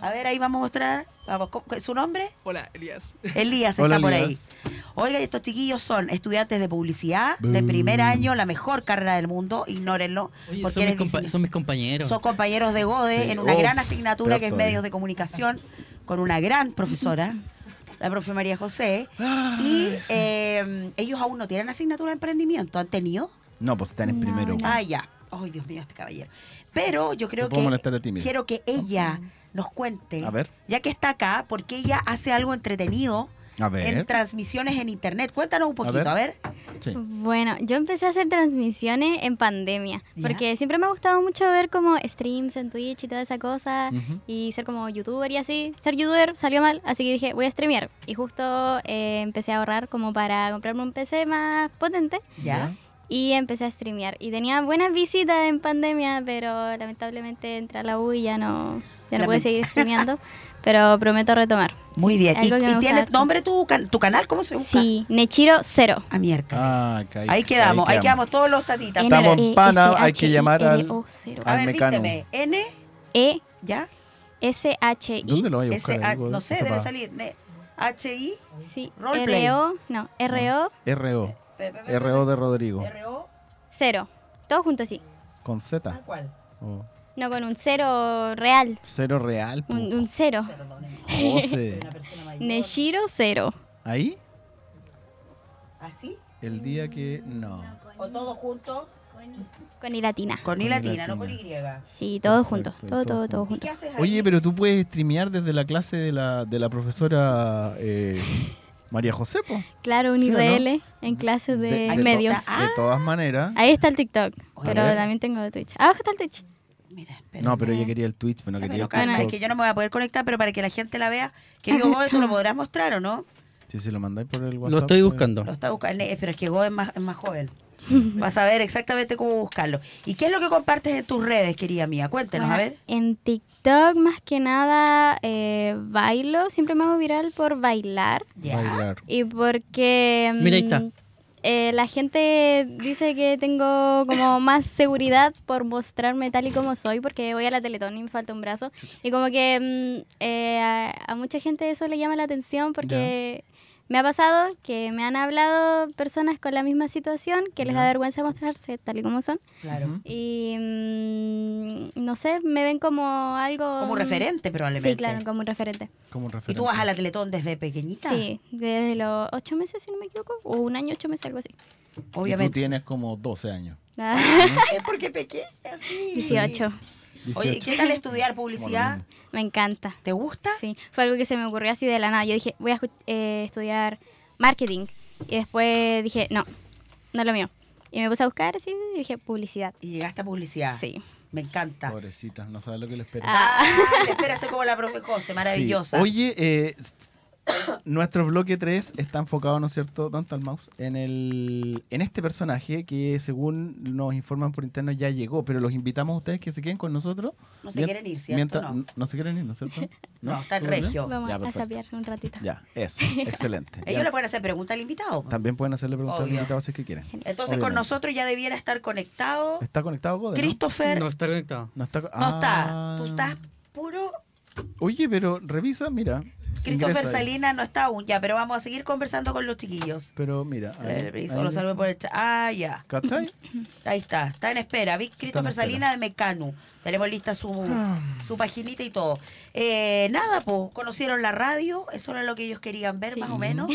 A ver, ahí vamos a mostrar. Vamos, ¿cómo- ¿Su nombre? Hola, Elías. Elías Hola, está por Elías. ahí. Oiga, estos chiquillos son estudiantes de publicidad de primer año, la mejor carrera del mundo, ignórenlo, Oye, porque son, mis eres compa- diseñador. son mis compañeros. Son compañeros de GODE Sí. en una Oh, gran asignatura peor que es todavía. medios de comunicación, con una gran profesora, la profe María José. Y Ah. eh, ellos aún no tienen asignatura de emprendimiento, ¿han tenido? No, pues están en No, primero. no. po. Ah, ya. Ay, Dios mío, este caballero. Pero yo creo Te puedo que molestar a ti, mira. quiero que ella nos cuente, A ver. ya que está acá, porque ella hace algo entretenido A ver. en transmisiones en internet. Cuéntanos un poquito, ver. a ver. Sí. Bueno, yo empecé a hacer transmisiones en pandemia, Ya. porque siempre me ha gustado mucho ver como streams en Twitch y toda esa cosa, Ujú. y ser como youtuber y así. Ser youtuber salió mal, así que dije, voy a streamear. Y justo eh, empecé a ahorrar como para comprarme un PC más potente, Ya. y empecé a streamear. Y tenía buenas visitas en pandemia, pero lamentablemente entré a la U y ya no, ya no Lament- pude seguir streameando, pero prometo retomar. Muy bien. ¿Y, Algo que me y gusta tiene harto. nombre tu, can- tu canal? ¿Cómo se busca? Sí, Nechiro Cero. A miércoles. Ah, que ahí, quedamos, ahí quedamos todos los tatitas. N Estamos en E pana, S H hay que llamar al- I R O cero. a al ver, mecano. dícteme. N, E ya. S H E, I ¿Dónde lo hay a S, buscar? A, Algo de- ah, no sé, esa debe pa- salir. ne- H, I, sí, Roleplay. R O no R O RO. pe- pe- pe- RO de Rodrigo. R, O, cero. Todo junto así. Con Z. tal cual. Oh. No, con un cero real. Cero real. po. Un, un cero. José. Neshiro cero. Ahí, ¿Así? el día que. No. ¿O todo junto? Con y latina. Con I I latina, latina, no no con con Y. Y. Sí, todos juntos. Todo, todo, todo ¿Y junto. qué haces ahí? Oye, pero tú puedes streamear desde la clase de la, de la profesora eh, María José, po. Claro, un ¿Sí o no? IRL en clases de, to- medios. Ah. de todas maneras. Ahí está el TikTok, pero ver. también tengo Twitch. Abajo está el Twitch. Mira, espera. No, pero ella quería el Twitch, pero no quería Pero el calma, es TikTok. que yo no me voy a poder conectar, pero para que la gente la vea, querido Goe, ¿tú lo podrás mostrar o no? Si se lo mandáis por el WhatsApp. Lo estoy pues, buscando. Lo está buscando, eh, pero es que Goe es más, es más joven. Vas a ver exactamente cómo buscarlo. ¿Y qué es lo que compartes en tus redes, querida mía? Cuéntenos, a Bueno, ver. En TikTok, más que nada, eh, bailo. Siempre me hago viral por bailar. Ya. Bailar. Y porque. mm, Mira, ahí está. eh, la gente dice que tengo como más seguridad por mostrarme tal y como soy, porque voy a la Teletón y me falta un brazo. Y como que mm, eh, a, a mucha gente eso le llama la atención porque me ha pasado que me han hablado personas con la misma situación que les da vergüenza mostrarse tal y como son. Claro. Y mm, no sé, me ven como algo... Como un referente, probablemente. Sí, claro, como un referente. Como un ¿Y referente. tú vas a la Teletón desde pequeñita? Sí, desde los ocho meses, si no me equivoco, o un año, ocho meses, algo así. Y tú Obviamente. tienes como 12 años. Eh, porque pequeña, sí. 18. Oye, 18. ¿qué tal estudiar publicidad? Me encanta. ¿Te gusta? Sí, fue algo que se me ocurrió así de la nada. Yo dije, voy a escu- eh, estudiar marketing. Y después dije, no, no es lo mío. Y me puse a buscar así y dije, publicidad. Y llegaste a publicidad. Sí. Me encanta. Pobrecitas, no sabes lo que le espera. Ah, espera, soy como la profe José, maravillosa. Sí. Oye, eh, s- s- nuestro bloque 3 está enfocado, ¿no es cierto, Don Mouse, en, el, en este personaje que según nos informan por interno ya llegó, pero los invitamos a ustedes que se queden con nosotros. No se Mien- quieren ir, ¿cierto? mientras- No. n- no se quieren ir, ¿no es cierto? No, está el ¿Todo bien? regio. Vamos Ya, a perfecto. sapear un ratito. Ya, eso, excelente. Ellos Ya, le pueden hacer preguntas al invitado. po. También pueden hacerle preguntas al Obvio. invitado si es que quieren. Entonces Obviamente. con nosotros ya debiera estar conectado ¿Está conectado Gode? no? Christopher. No No, está conectado. No está. está. Ah. Tú estás puro. Oye, pero revisa, mira. Christopher ingresa ahí. Salinas no está aún ya, pero vamos a seguir conversando con los chiquillos. Pero mira. Eh, ahí- Solo ahí salve dice- por el chat. Ah, ya. ¿Cachai? Ahí está. Está en espera. Vic en Christopher espera. Ah. Salinas de Mecanu. Tenemos lista su, su paginita y todo. Eh, nada, pues, conocieron la radio. Eso era lo que ellos querían ver, más o menos.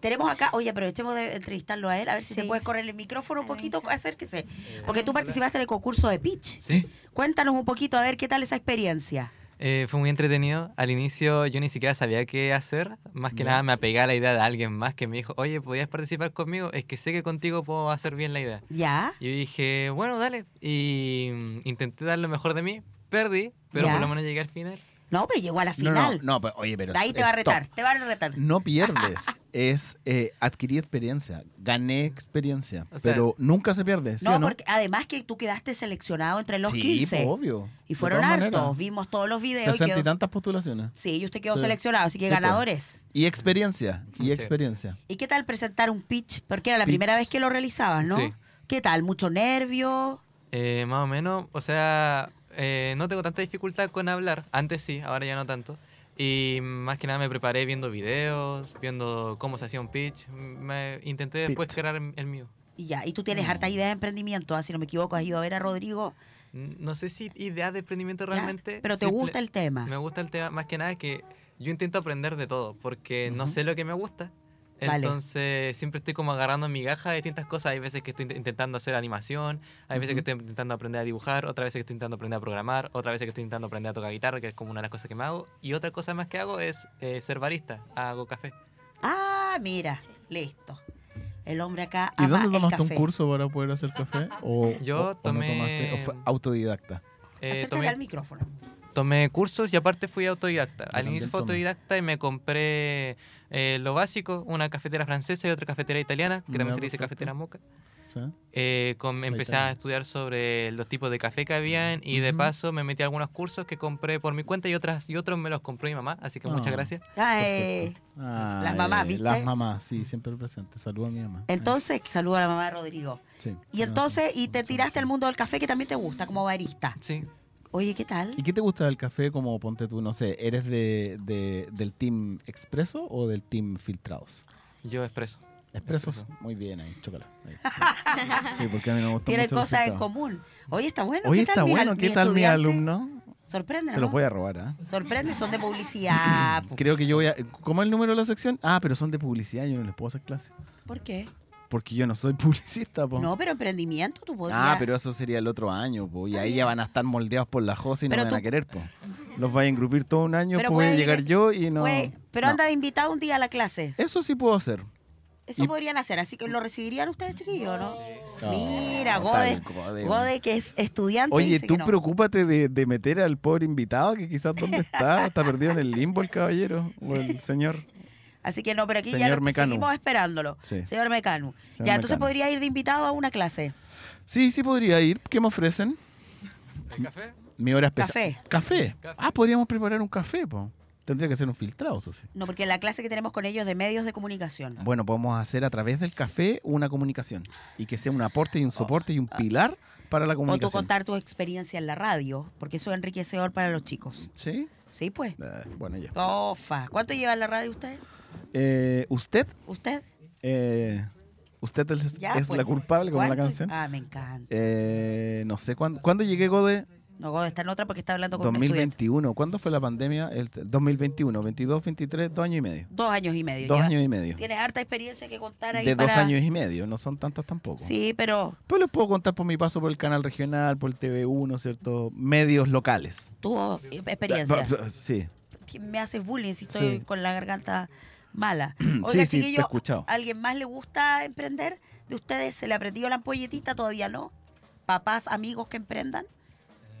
Tenemos acá, oye, aprovechemos de entrevistarlo a él, a ver si te Sí. puedes correr el micrófono un A ver. poquito, acérquese. Porque tú participaste en el concurso de pitch. Eh, Sí. Cuéntanos un poquito, a ver qué tal esa experiencia. Eh, fue muy entretenido. Al inicio yo ni siquiera sabía qué hacer. Más que nada me apegué a la idea de alguien más que me dijo, oye, ¿podías participar conmigo? Es que sé que contigo puedo hacer bien la idea. ¿Ya? Yo dije, bueno, dale. Y mm, intenté dar lo mejor de mí. Perdí, pero Ya. por lo menos llegué al final. No, pero llegó a la No, no, final. no, pero, oye, pero. De ahí te va a stop. retar, te va a retar. No pierdes, es eh, adquirir experiencia. Gané experiencia, O sea- pero nunca se pierde, ¿sí no, o no? porque además que tú quedaste seleccionado entre los sí, 15. po, obvio. De Y fueron todas hartos, maneras. vimos todos los videos. y 60 y quedó- tantas postulaciones. Sí, y usted quedó Sí. seleccionado, así que Sí, po. ganadores. Y experiencia, y Sí. experiencia. ¿Y qué tal presentar un pitch? Porque era la Pitch. primera vez que lo realizabas, ¿no? Sí. ¿Qué tal? ¿Mucho nervio? Eh, más o menos, o sea, eh, no tengo tanta dificultad con hablar. Antes sí, ahora ya no tanto. Y más que nada me preparé viendo videos, viendo cómo se hacía un pitch. Me intenté después Pitch. crear el mío. Y ya, y tú tienes Mm. harta idea de emprendimiento, ah, si no me equivoco, has ido a ver a Rodrigo. No sé si idea de emprendimiento ¿ya? realmente. Pero te simple- gusta el tema. Me gusta el tema, más que nada que yo intento aprender de todo, porque no sé lo que me gusta. Vale. Entonces siempre estoy como agarrando migajas de distintas cosas. Hay veces que estoy int- intentando hacer animación, hay veces que estoy intentando aprender a dibujar, otras veces que estoy intentando aprender a programar, otras veces que estoy intentando aprender a tocar guitarra, que es como una de las cosas que me hago. Y otra cosa más que hago es eh, ser barista, hago café. Ah, mira, listo. El hombre acá ¿Y ama dónde el tomaste un café. curso para poder hacer café? ¿O, Yo o- o no tomé- tomaste? ¿O fue autodidacta? Eh, Acércate tomé- al micrófono. Tomé cursos y aparte fui autodidacta. Al también inicio fue tomé. autodidacta y me compré eh, lo básico, una cafetera francesa y otra cafetera italiana, que Ya, también se le dice perfecto. cafetera moca. ¿Sí? Eh, con- empecé italiana. a estudiar sobre los tipos de café que habían y de Ujú. paso me metí a algunos cursos que compré por mi cuenta y otras y otros me los compró mi mamá, así que Ah. muchas gracias. Ay, Ay, Eh, mamás, ¿viste? Las mamás, sí, siempre presente. Saludos a mi mamá. entonces, saludo a la mamá de Rodrigo. Ay, sí. Y entonces, y te Sí, tiraste sí. al mundo del café que también te gusta como barista. Sí. Oye, ¿qué tal? ¿Y qué te gusta del café? Como ponte tú, no sé, ¿eres de, de- del team expreso o del team filtrados? Yo expreso. Expresos. Muy bien ahí, chocolate. Sí, porque a mí me gustó Tiene mucho el cosas en resultado. común. Oye, está bueno. Oye, ¿qué tal está mi al- bueno. mi ¿Qué tal mi estudiante? alumno? Sorprende, Te los ¿no? voy a robar, ¿ah? Sorprende, son de publicidad. Creo que yo voy a. ¿Cómo es el número de la sección? Ah, pero son de publicidad, yo no les puedo hacer clase. ¿Por qué? Porque yo no soy publicista, po. No, pero emprendimiento tú podrías. Ah, pero eso sería el otro año, po. Y ahí ya van a estar moldeados por la José y no Pero van tú- a querer, po. Los van a engrupir todo un año, Pero pues voy a puede- llegar yo y no. Güey, pero anda de invitado un día a la clase. Eso sí puedo hacer. Eso Y- podrían hacer, así que lo recibirían ustedes, chiquillos, ¿no? Mira, No, Gode, tal, Gode. Gode, que es estudiante. Oye, dice tú que no. preocúpate de, de meter al pobre invitado que quizás dónde está, está perdido en el limbo el caballero o el señor. Así que no, pero aquí ya Señor lo- Mecano. seguimos esperándolo. Sí. Señor Mecano. Señor ya, entonces Mecano. podría ir de invitado a una clase. Sí, sí podría ir. ¿Qué me ofrecen? ¿El café? Mi hora especial. Café. Café. Ah, podríamos preparar un café, po. Tendría que ser un filtrado, eso sí. No, porque la clase que tenemos con ellos de medios de comunicación. Bueno, podemos hacer a través del café una comunicación y que sea un aporte y un soporte y un pilar para la O tú comunicación. contar tu experiencia en la radio, porque eso es enriquecedor para los chicos. ¿Sí? Sí, pues. Eh, bueno, ya. Ofa. ¿Cuánto lleva en la radio usted? Eh, ¿Usted? ¿Usted? Eh, ¿Usted es, Ya, es pues. la culpable como la ¿Cuánto? canción? Ah, me encanta. Eh, no sé, ¿cuándo, ¿cuándo llegué, Gode? No, Gode está en otra porque está hablando con un estudiante. 2021. ¿Cuándo fue la pandemia? El t- 2021, 22, 23, dos años y medio. Dos años y medio. Dos lleva. años y medio. Tienes harta experiencia que contar ahí De para... dos años y medio, no son tantas tampoco. Sí, pero Pues les puedo contar por mi paso por el canal regional, por el TV1, ¿cierto? Medios locales. tuvo eh, experiencia. Sí. Me haces bullying si estoy Sí. con la garganta mala. Sí, Oiga, sí, te he chiquillo, escuchado. ¿a ¿alguien más le gusta emprender? ¿De ustedes se le aprendió la ampolletita? ¿Todavía no? ¿Papás, amigos que emprendan? Em,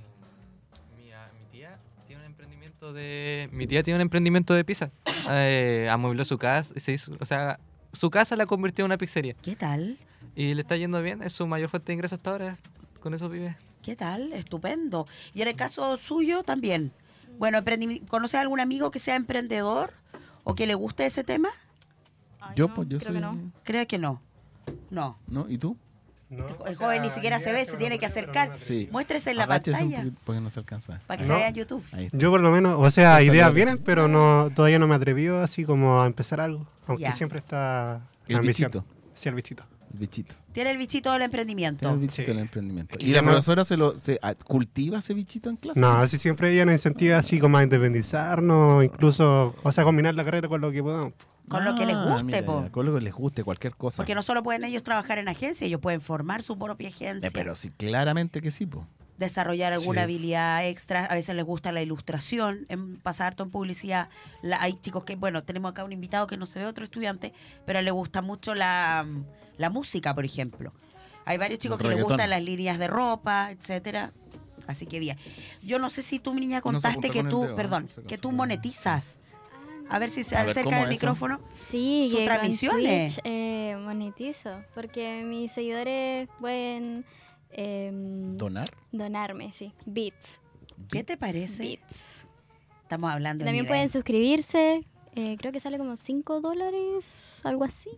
Mi tía tiene un emprendimiento de. Mi tía tiene un emprendimiento de pizza. Eh, amuebló su casa. Se hizo, o sea, su casa la convirtió en una pizzería. ¿Qué tal? Y le está yendo bien. Es su mayor fuente de ingresos hasta ahora. Con eso vive. ¿Qué tal? Estupendo. Y en el caso suyo también. Bueno, emprendi- ¿conoces a algún amigo que sea emprendedor o que le guste ese tema? yo, pues, yo soy. Creo que no. No. ¿No? ¿Y tú? El joven ni siquiera se ve, se tiene que acercar. Sí. Muéstrese en la Agáchese un pantalla poquito porque no se alcanza. para que se No. vea en YouTube. Ahí está. Yo por lo menos, o sea, Esa ideas es la- vienen, pero no todavía no me he atrevido así como a empezar algo. Aunque Ya. siempre está El la ambición. bichito. Sí, el bichito. El bichito. Tiene el bichito del Tiene emprendimiento. el bichito del emprendimiento. Es que ¿Y la yo no- profesora se lo se ah, cultiva ese bichito en clase? No, así siempre ella nos incentiva así como a independizarnos, incluso, o sea, combinar la carrera con lo que podamos. Con lo que les guste, Ah, mira, po. ya, Con lo que les guste, cualquier cosa. Porque no solo pueden ellos trabajar en agencia, ellos pueden formar su propia agencia, Eh, pero sí, claramente que sí, po. desarrollar alguna Sí. habilidad extra. A veces les gusta la ilustración, en, pasa harto en publicidad. La- hay chicos que, bueno, tenemos acá un invitado que no se ve otro estudiante, pero le gusta mucho la, la música, por ejemplo. Hay varios chicos El que les reggaetón. gustan las líneas de ropa, etcétera. Así que bien. Yo no sé si tú, mi niña, apunta contaste que con el tú, dedo, ¿eh? perdón, Por si que acaso. tú monetizas. A ver si se A ver, acerca ¿cómo el es eso? micrófono. Sí, Sus que con transmisiones. Twitch, eh, monetizo, porque mis seguidores pueden Mm. em, ¿Donar? donarme, sí, bits. ¿Qué te parece? Bits. Estamos hablando de También nivel. pueden suscribirse, eh, creo que sale como 5 dólares, algo así,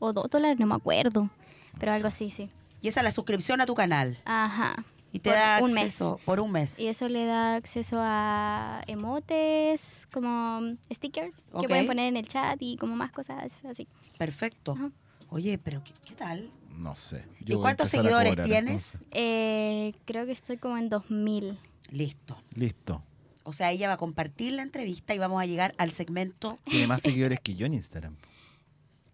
o 2 dólares, no me acuerdo, pero algo así, sí. Y esa es la suscripción a tu canal. Ajá. Y te Por da un mes. acceso por un mes. Y eso le da acceso a emotes, como stickers Ok. que pueden poner en el chat y como más cosas así. Perfecto. Ajá. Oye, pero ¿qué, qué tal? No sé. ¿Y Yo voy a cuántos empezar a seguidores cobrar, tienes? entonces. Eh, creo que estoy como en 2000. Listo. Listo. O sea, ella va a compartir la entrevista y vamos a llegar al segmento. Tiene más seguidores que yo en Instagram.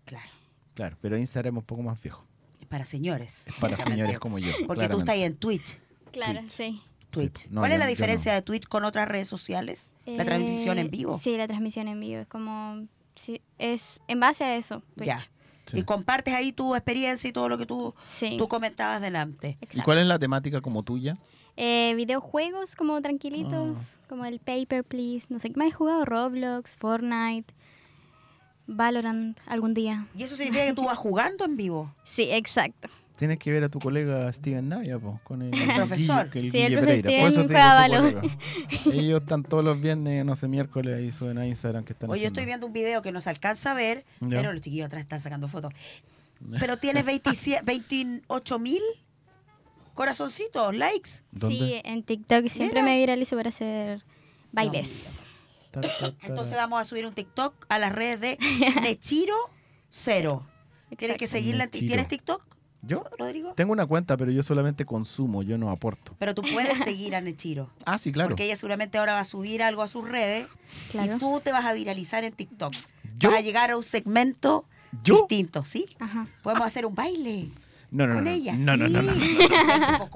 Claro, Claro, pero Instagram es un poco más viejo. es para señores. Es para básicamente. señores como yo. Porque tú estás ahí en Twitch. Claro, sí. Twitch. no, ¿Cuál es yo- la yo diferencia no. de Twitch con otras redes sociales? La Eh, transmisión en vivo. Sí, la transmisión en vivo. Es como. sí, es en base a eso. Twitch. Ya. Sí. Y compartes ahí tu experiencia y todo lo que tú, Sí. tú comentabas delante. ¿Y exacto. cuál es la temática como tuya? Eh, videojuegos como tranquilitos, como el Paper Please. No sé qué más he jugado. Roblox, Fortnite, Valorant algún día. Y eso significa que tú vas jugando en vivo. Sí, exacto. Tienes que ver a tu colega Steven Navia, po, con el, el profesor. Guille- el Sí, el Guille profe Pereira. Por eso Steven te digo tu juega colega. Ellos están todos los viernes, no sé, miércoles ahí suben a Instagram que están Hoy yo haciendo. estoy viendo un video que no se alcanza a ver, Ya. pero los chiquillos atrás están sacando fotos. Pero tienes 27 28 mil corazoncitos, likes. Sí, en TikTok siempre Mira. me viralizo para hacer bailes. Ta, ta, ta. Entonces vamos a subir un TikTok a las redes de Nechiro Cero. Tienes que seguirla. en ti- Mechito. ¿Tienes TikTok, ¿Yo? Rodrigo? Tengo una cuenta, pero yo solamente consumo, yo no aporto. Pero tú puedes seguir a Nechiro. Ah, sí, claro. Porque ella seguramente ahora va a subir algo a sus redes y tú te vas a viralizar en TikTok. ¿Yo? Vas a llegar a un segmento distinto, ¿sí? Podemos hacer un baile. No, no, no. Con no. ella, no, no, sí.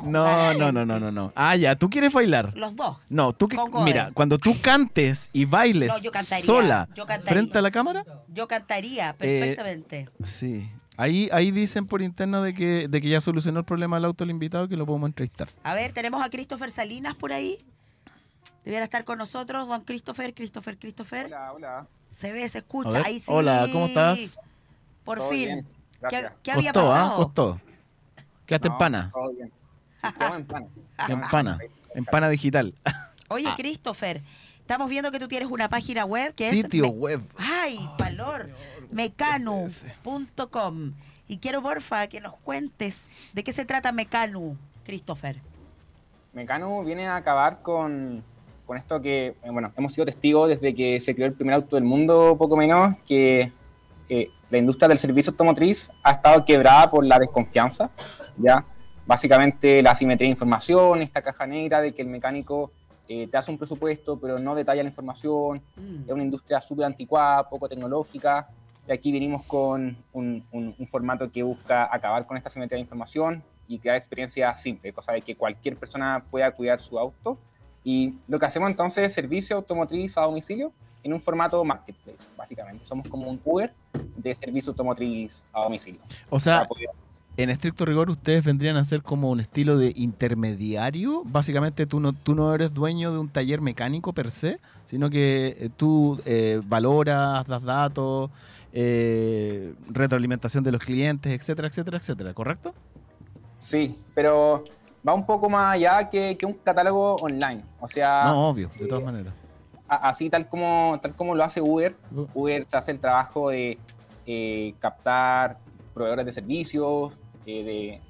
no, no, no, no, no, no, no, no, no. Ah, ya, ¿tú quieres bailar? Los dos. No, tú que. Con Godoy. Mira, cuando tú cantes y bailes No, yo cantaría, sola yo cantaría. frente a la cámara. Yo Eh, cantaría perfectamente. Sí. Ahí, ahí dicen por interno de que, de que ya solucionó el problema del auto el invitado que lo podemos entrevistar. A ver, tenemos a Christopher Salinas por ahí. Debiera estar con nosotros, don Christopher, Christopher, Christopher. Hola, hola. Se ve, se A escucha. ver, Ahí sí. Hola, ¿cómo estás? Por Todo fin. bien, ¿Qué, gracias. qué había costó, ¿ah? pasado? Costó. Quedaste en No, pana. todo bien. Estamos en pana. En pana. En pana digital. Ah. Oye, Christopher, estamos viendo que tú tienes una página web que es... Sitio me- web. Ay, valor. Mecanu.com. Y quiero, porfa, que nos cuentes de qué se trata Mecanu, Christopher. Mecano viene a acabar con, con esto que, eh, bueno, hemos sido testigos desde que se creó el primer auto del mundo, poco menos, que eh, la industria del servicio automotriz ha estado quebrada por la desconfianza, ¿ya? Básicamente la asimetría de información, esta caja negra de que el mecánico eh, te hace un presupuesto, pero no detalla la información, es una industria súper anticuada, poco tecnológica, y aquí venimos con un, un- un formato que busca acabar con esta asimetría de información y crear experiencias simples, cosa de que cualquier persona pueda cuidar su auto. Y lo que hacemos entonces es servicio automotriz a domicilio en un formato marketplace, básicamente. Somos como un Uber de servicio automotriz a domicilio. O Ah, sea, en estricto rigor, ustedes vendrían a ser como un estilo de intermediario. Básicamente, tú no, tú no eres dueño de un taller mecánico per se, sino que eh, tú eh, valoras, das datos, eh, retroalimentación de los clientes, etcétera, etcétera, etcétera, ¿correcto? Sí, pero va un poco más allá que, que un catálogo online. O sea, No, obvio, de todas maneras. a- así tal como, tal como lo hace Uber, Uber se hace el trabajo de eh, captar proveedores de servicios, eh, de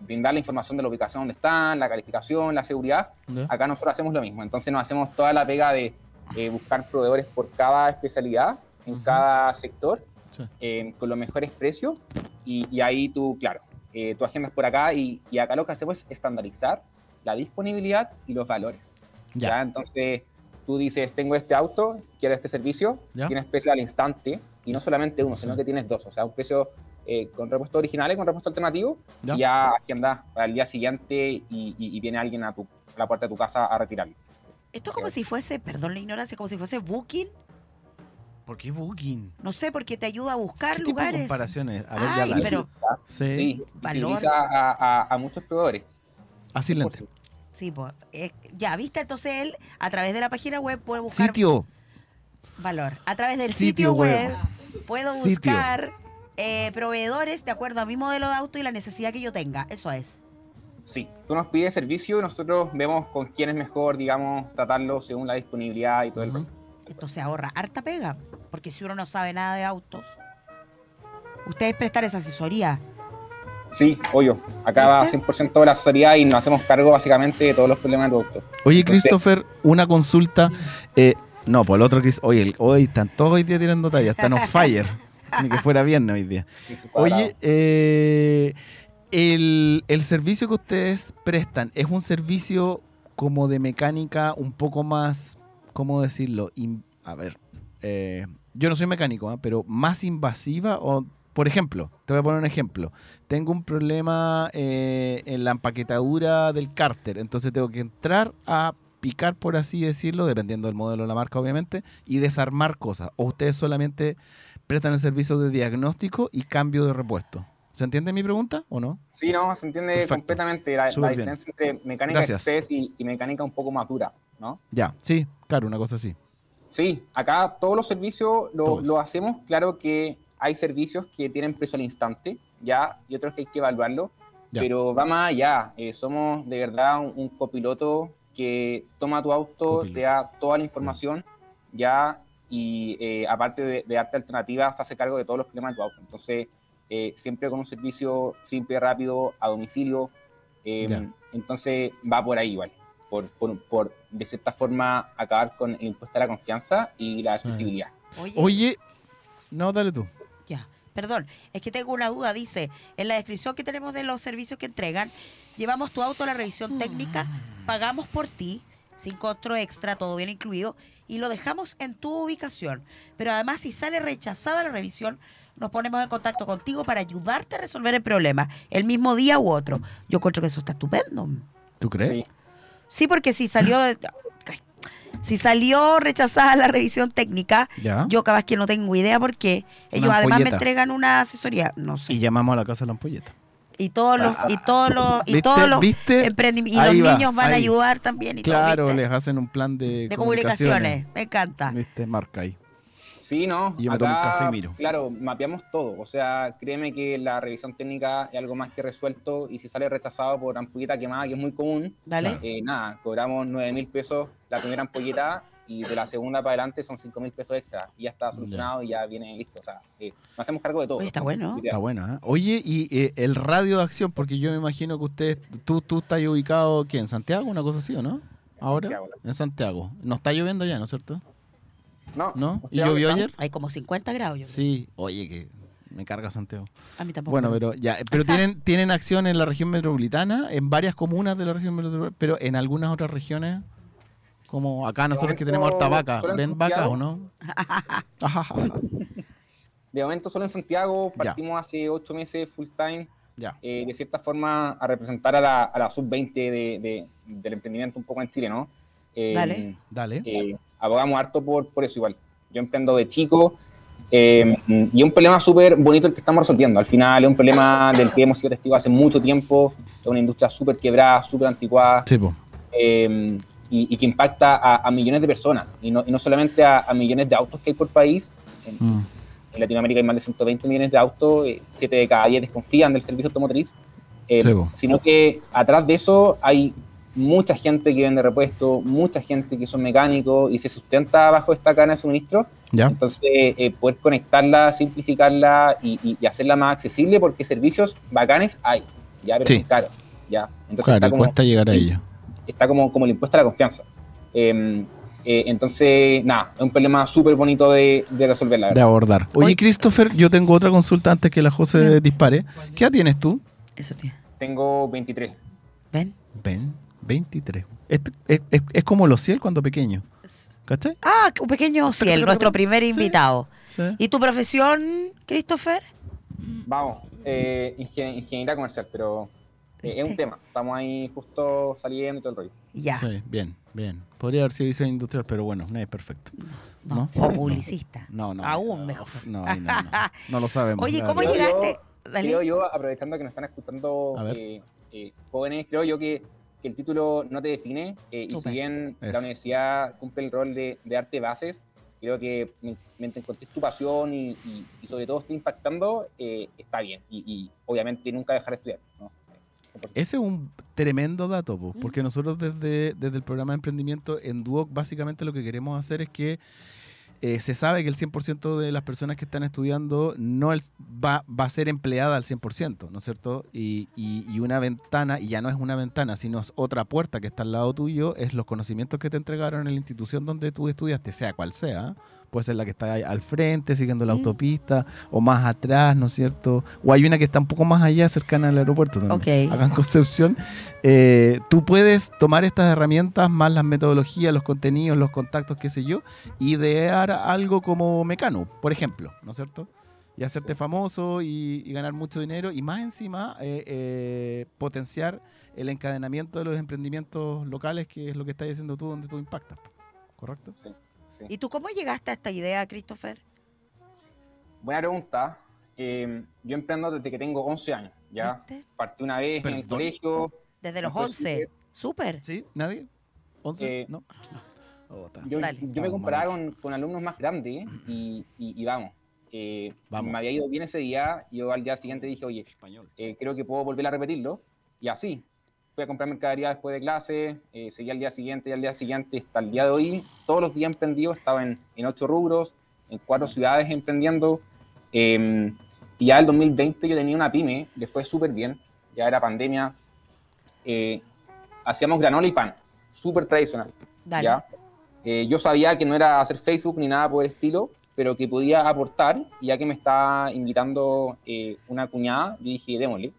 brindar la información de la ubicación donde están, la calificación, la seguridad. Ya. Acá nosotros hacemos lo mismo, entonces nos hacemos toda la pega de eh, buscar proveedores por cada especialidad, en cada sector, Sí. eh, con los mejores precios y, y ahí tú, claro, eh, tú agendas por acá y, y acá lo que hacemos es estandarizar la disponibilidad y los valores. Ya. Entonces tú dices, tengo este auto, quiero este servicio, Ya. tienes precio al instante y no solamente uno, sino que tienes dos, o sea, un precio eh, con repuesto original y con repuesto alternativo Ya. y ya agendas para el día siguiente y, y- y viene alguien a, tu, a la puerta de tu casa a retirarlo. Esto es como si fuese, perdón la ignorancia, como si fuese Booking. ¿Por qué Booking? No sé, porque te ayuda a buscar ¿Qué tipo de lugares. comparaciones? A ver, ya Ay, la- pero- Sí. Sí, Valor. visibiliza a, a- a muchos proveedores. Así Ah, lente. Sí, po. Eh, ya, ¿viste? Entonces él, a través de la página web, puede buscar Sitio. valor. A través del Sitio sitio, web. web, puedo Sitio. buscar eh, proveedores de acuerdo a mi modelo de auto y la necesidad que yo tenga. Eso es. Sí, tú nos pides servicio y nosotros vemos con quién es mejor, digamos, tratarlo según la disponibilidad y todo el rollo. Esto se ahorra harta pega, porque si uno no sabe nada de autos, ustedes prestan esa asesoría. Sí, obvio. Acá va 100% de la asesoría y nos hacemos cargo básicamente de todos los problemas del producto. Oye, Entonces, Christopher, una consulta. Eh, no, por el otro Chris. Oye, el- hoy están todos hoy día tirando talla, están on fire. Ni que fuera viernes hoy día. Oye, eh, el, el servicio que ustedes prestan es un servicio como de mecánica un poco más, ¿cómo decirlo? In- a ver, eh, yo no soy mecánico, ¿ah? pero más invasiva o, por ejemplo, te voy a poner un ejemplo. Tengo un problema eh, en la empaquetadura del cárter, entonces tengo que entrar a picar, por así decirlo, dependiendo del modelo de la marca, obviamente, y desarmar cosas. O ustedes solamente prestan el servicio de diagnóstico y cambio de repuesto. ¿Se entiende mi pregunta o no? Sí, no, se entiende Perfecto. completamente la, la Súper bien. diferencia entre mecánica Gracias. express y, y mecánica un poco más dura, ¿no? Ya, sí, claro, una cosa así. Sí, acá todos los servicios lo, Todos. lo hacemos. Claro que hay servicios que tienen precio al instante, ya, y otros que hay que evaluarlo. Ya. Pero va más allá. eh, somos de verdad un, un copiloto que toma tu auto, te da toda la información, ya, y eh, aparte de, de darte alternativas, se hace cargo de todos los problemas de tu auto. Entonces, eh, siempre con un servicio simple, rápido, a domicilio. eh, Ya. entonces, va por ahí igual por, por, por, de cierta forma acabar con el impuesto a la confianza y la accesibilidad. Oye, no, dale tú. Perdón, es que tengo una duda. Dice, en la descripción que tenemos de los servicios que entregan, llevamos tu auto a la revisión técnica, pagamos por ti, sin costo extra, todo bien incluido, y lo dejamos en tu ubicación. Pero además, si sale rechazada la revisión, nos ponemos en contacto contigo para ayudarte a resolver el problema el mismo día u otro. Yo encuentro que eso está estupendo. ¿Tú crees? Sí, porque si salió de- si salió rechazada la revisión técnica, Ya. yo capaz que no tengo idea porque ellos Una además me ampolleta. entregan una asesoría no Y llamamos a la casa de la ampolleta. y todos los y todos los y ¿Viste? todos los ¿Viste? emprendi- y Ahí los va, niños van a ahí. ayudar también y todo, Claro, ¿viste? les hacen un plan de, de comunicaciones, me encanta. Viste, marca ahí. Sí, no. Y yo me tomo un café y miro. Claro, mapeamos todo. O sea, créeme que la revisión técnica es algo más que resuelto y si sale rechazado por ampolleta quemada, que es muy común, Dale. eh, nada, cobramos 9 mil pesos la primera ampolleta y de la segunda para adelante son 5 mil pesos extra. Y ya está solucionado y ya viene listo. O sea, eh, nos hacemos cargo de todo. está bueno. Está buena. ¿eh? Oye, y eh, el radio de acción, porque yo me imagino que ustedes, tú, tú estás ubicado, ¿qué? ¿En Santiago? ¿Una cosa así o no? Ahora. Santiago. En Santiago. No está lloviendo ya, ¿no es cierto? No. ¿No? ¿Y llovió ayer? Hay como 50 grados. yo creo. Sí. Oye, que me carga Santiago. A mí tampoco. Bueno, pero ya, eh, pero tienen, tienen acción en la región metropolitana, en varias comunas de la región metropolitana, pero en algunas otras regiones, como acá nosotros que tenemos harta vaca, Solo en ¿ven vaca Santiago. o no? Ajá, ajá. De momento solo en Santiago, partimos hace ocho meses full time, Ya. eh, de cierta forma a representar a la, a la sub-20 de, de- del emprendimiento un poco en Chile, ¿no? Eh, Dale. Dale. eh, abogamos harto por, por eso igual. Yo emprendo de chico eh, y es un problema súper bonito el que estamos resolviendo. Al final es un problema del que hemos sido testigos hace mucho tiempo, es una industria súper quebrada, súper anticuada Sí, po. eh, y, y que impacta a, a millones de personas y no, y no solamente a, a millones de autos que hay por país. En, Mm. en Latinoamérica hay más de 120 millones de autos, 7 de cada 10 desconfían del servicio automotriz, eh, Sí, po. sino que atrás de eso hay mucha gente que vende repuestos, mucha gente que son mecánicos y se sustenta bajo esta cadena de suministro. Ya. Entonces, eh, poder conectarla, simplificarla y, y- y hacerla más accesible porque servicios bacanes hay, ya, pero Sí. son caros, ya. Entonces Claro, está y como- cuesta llegar a ello. está como, como el impuesto a la confianza. Eh, eh, entonces, nada, es un problema súper bonito de, de resolver, la De verdad. abordar. Oye, Christopher, yo tengo otra consulta antes que la José dispare. ¿Qué edad tienes tú? Eso tiene. Tengo 23. ¿Ven? Ven, 23. Este- es, es- es como los ciel cuando pequeño. ¿Cachai? Ah, un pequeño ciel, nuestro primer invitado. ¿Y tu profesión, Christopher? Vamos, eh, ingen- ingeniería comercial, pero eh, es un tema. Estamos ahí justo saliendo y todo el rollo. Ya. Sí, bien, bien. Podría haber sido diseño industrial, pero bueno, no es perfecto. No, O publicista. No, no. Aún mejor. No, ahí no, no. No lo sabemos. Oye, la ¿cómo verdad. llegaste? Yo, Dale. creo yo, aprovechando que nos están escuchando A ver. eh, eh, jóvenes, creo yo que, que el título no te define. eh, y si Súper. bien Eso. la universidad cumple el rol de, de arte bases, creo que mi- mientras encontrés tu pasión y, y- y sobre todo esté impactando, eh, está bien. Y, y obviamente nunca dejar de estudiar. ¿no? Ese es un tremendo dato, po, porque nosotros desde, desde el programa de emprendimiento en Duoc básicamente lo que queremos hacer es que eh, se sabe que el 100% de las personas que están estudiando no el- va, va a ser empleada al 100%, ¿no es cierto? Y, y- y una ventana, y ya no es una ventana, sino es otra puerta que está al lado tuyo, es los conocimientos que te entregaron en la institución donde tú estudiaste, sea cual sea. Puede ser la que está ahí al frente, siguiendo la Mm. autopista, o más atrás, ¿no es cierto? O hay una que está un poco más allá, cercana al aeropuerto también. Ok. Acá en Concepción. Eh, tú puedes tomar estas herramientas, más las metodologías, los contenidos, los contactos, qué sé yo, idear algo como Mecano, por ejemplo, ¿no es cierto? Y hacerte famoso y, y ganar mucho dinero y más encima eh, eh, potenciar el encadenamiento de los emprendimientos locales, que es lo que estás haciendo tú, donde tú impactas, ¿correcto? Sí. ¿Y tú cómo llegaste a esta idea, Christopher? Buena pregunta. Eh, yo emprendo desde que tengo 11 años. Ya pues, partí una vez en el colegio. Desde los Después 11. Súper. ¿Sí? ¿Nadie? ¿11? Eh, no. Oh, Yo, Dale. yo me Vamos, comparaba con, con alumnos más grandes y, y- y vamos, eh, Vamos. Me había ido bien ese día y yo al día siguiente dije, oye, eh, creo que puedo volver a repetirlo. Y así, fui a comprar mercadería después de clase, eh, seguí al día siguiente y al día siguiente hasta el día de hoy. Todos los días emprendido, estaba en, en ocho rubros, en cuatro ciudades emprendiendo. eh, y ya el 2020 yo tenía una pyme, le fue súper bien, ya era pandemia. eh, hacíamos granola y pan, súper tradicional. Dale. ¿ya? Eh, yo sabía que no era hacer Facebook ni nada por el estilo, pero que podía aportar, y ya que me está invitando eh, una cuñada, yo dije, démosle.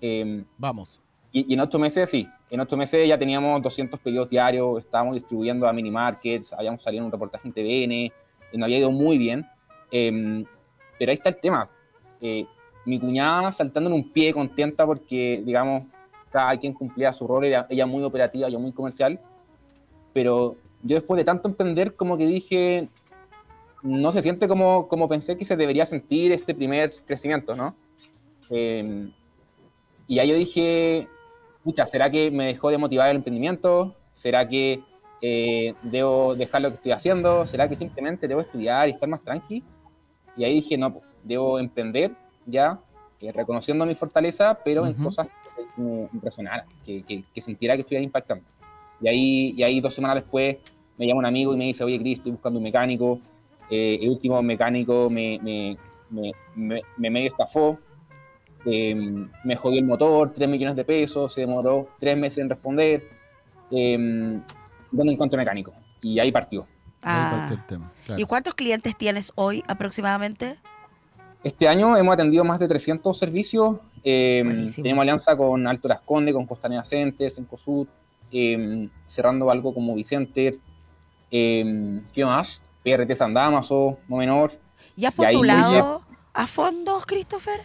Em, Vamos. Y, y en ocho meses, sí, en ocho meses ya teníamos 200 pedidos diarios, estábamos distribuyendo a mini markets, habíamos salido en un reportaje en TVN, y nos había ido muy bien. Eh, pero ahí está el tema. Eh, mi cuñada saltando en un pie contenta porque, digamos, cada quien cumplía su rol, era- ella muy operativa, yo muy comercial. Pero yo después de tanto emprender, como que dije, no se siente como, como pensé que se debería sentir este primer crecimiento, ¿no? Eh, y ahí yo dije, pucha, ¿será que me dejó de motivar el emprendimiento? ¿Será que eh, debo dejar lo que estoy haciendo? ¿Será que simplemente debo estudiar y estar más tranqui? Y ahí dije, no, po, debo emprender ya, eh, reconociendo mi fortaleza, pero en cosas que me impresionaran, que, que- que sintiera que estuviera impactando. Y ahí, y ahí dos semanas después me llama un amigo y me dice, oye, Cris, estoy buscando un mecánico. Eh, el último mecánico me, me, me- me- me medio estafó, eh, me jodió el motor, 3 millones de pesos, se demoró 3 meses en responder. Eh, ¿Dónde encuentro mecánico? Y ahí partió. Ah. tema, ¿Y cuántos clientes tienes hoy aproximadamente? Este año hemos atendido más de 300 servicios. eh, tenemos alianza con Alto Las Condes, con Costanera Center, Cencosud, eh, cerrando algo como Vicenter. eh, ¿Qué más? PRT San Damaso, no menor. ¿Y has Y ahí- postulado a fondos, Christopher?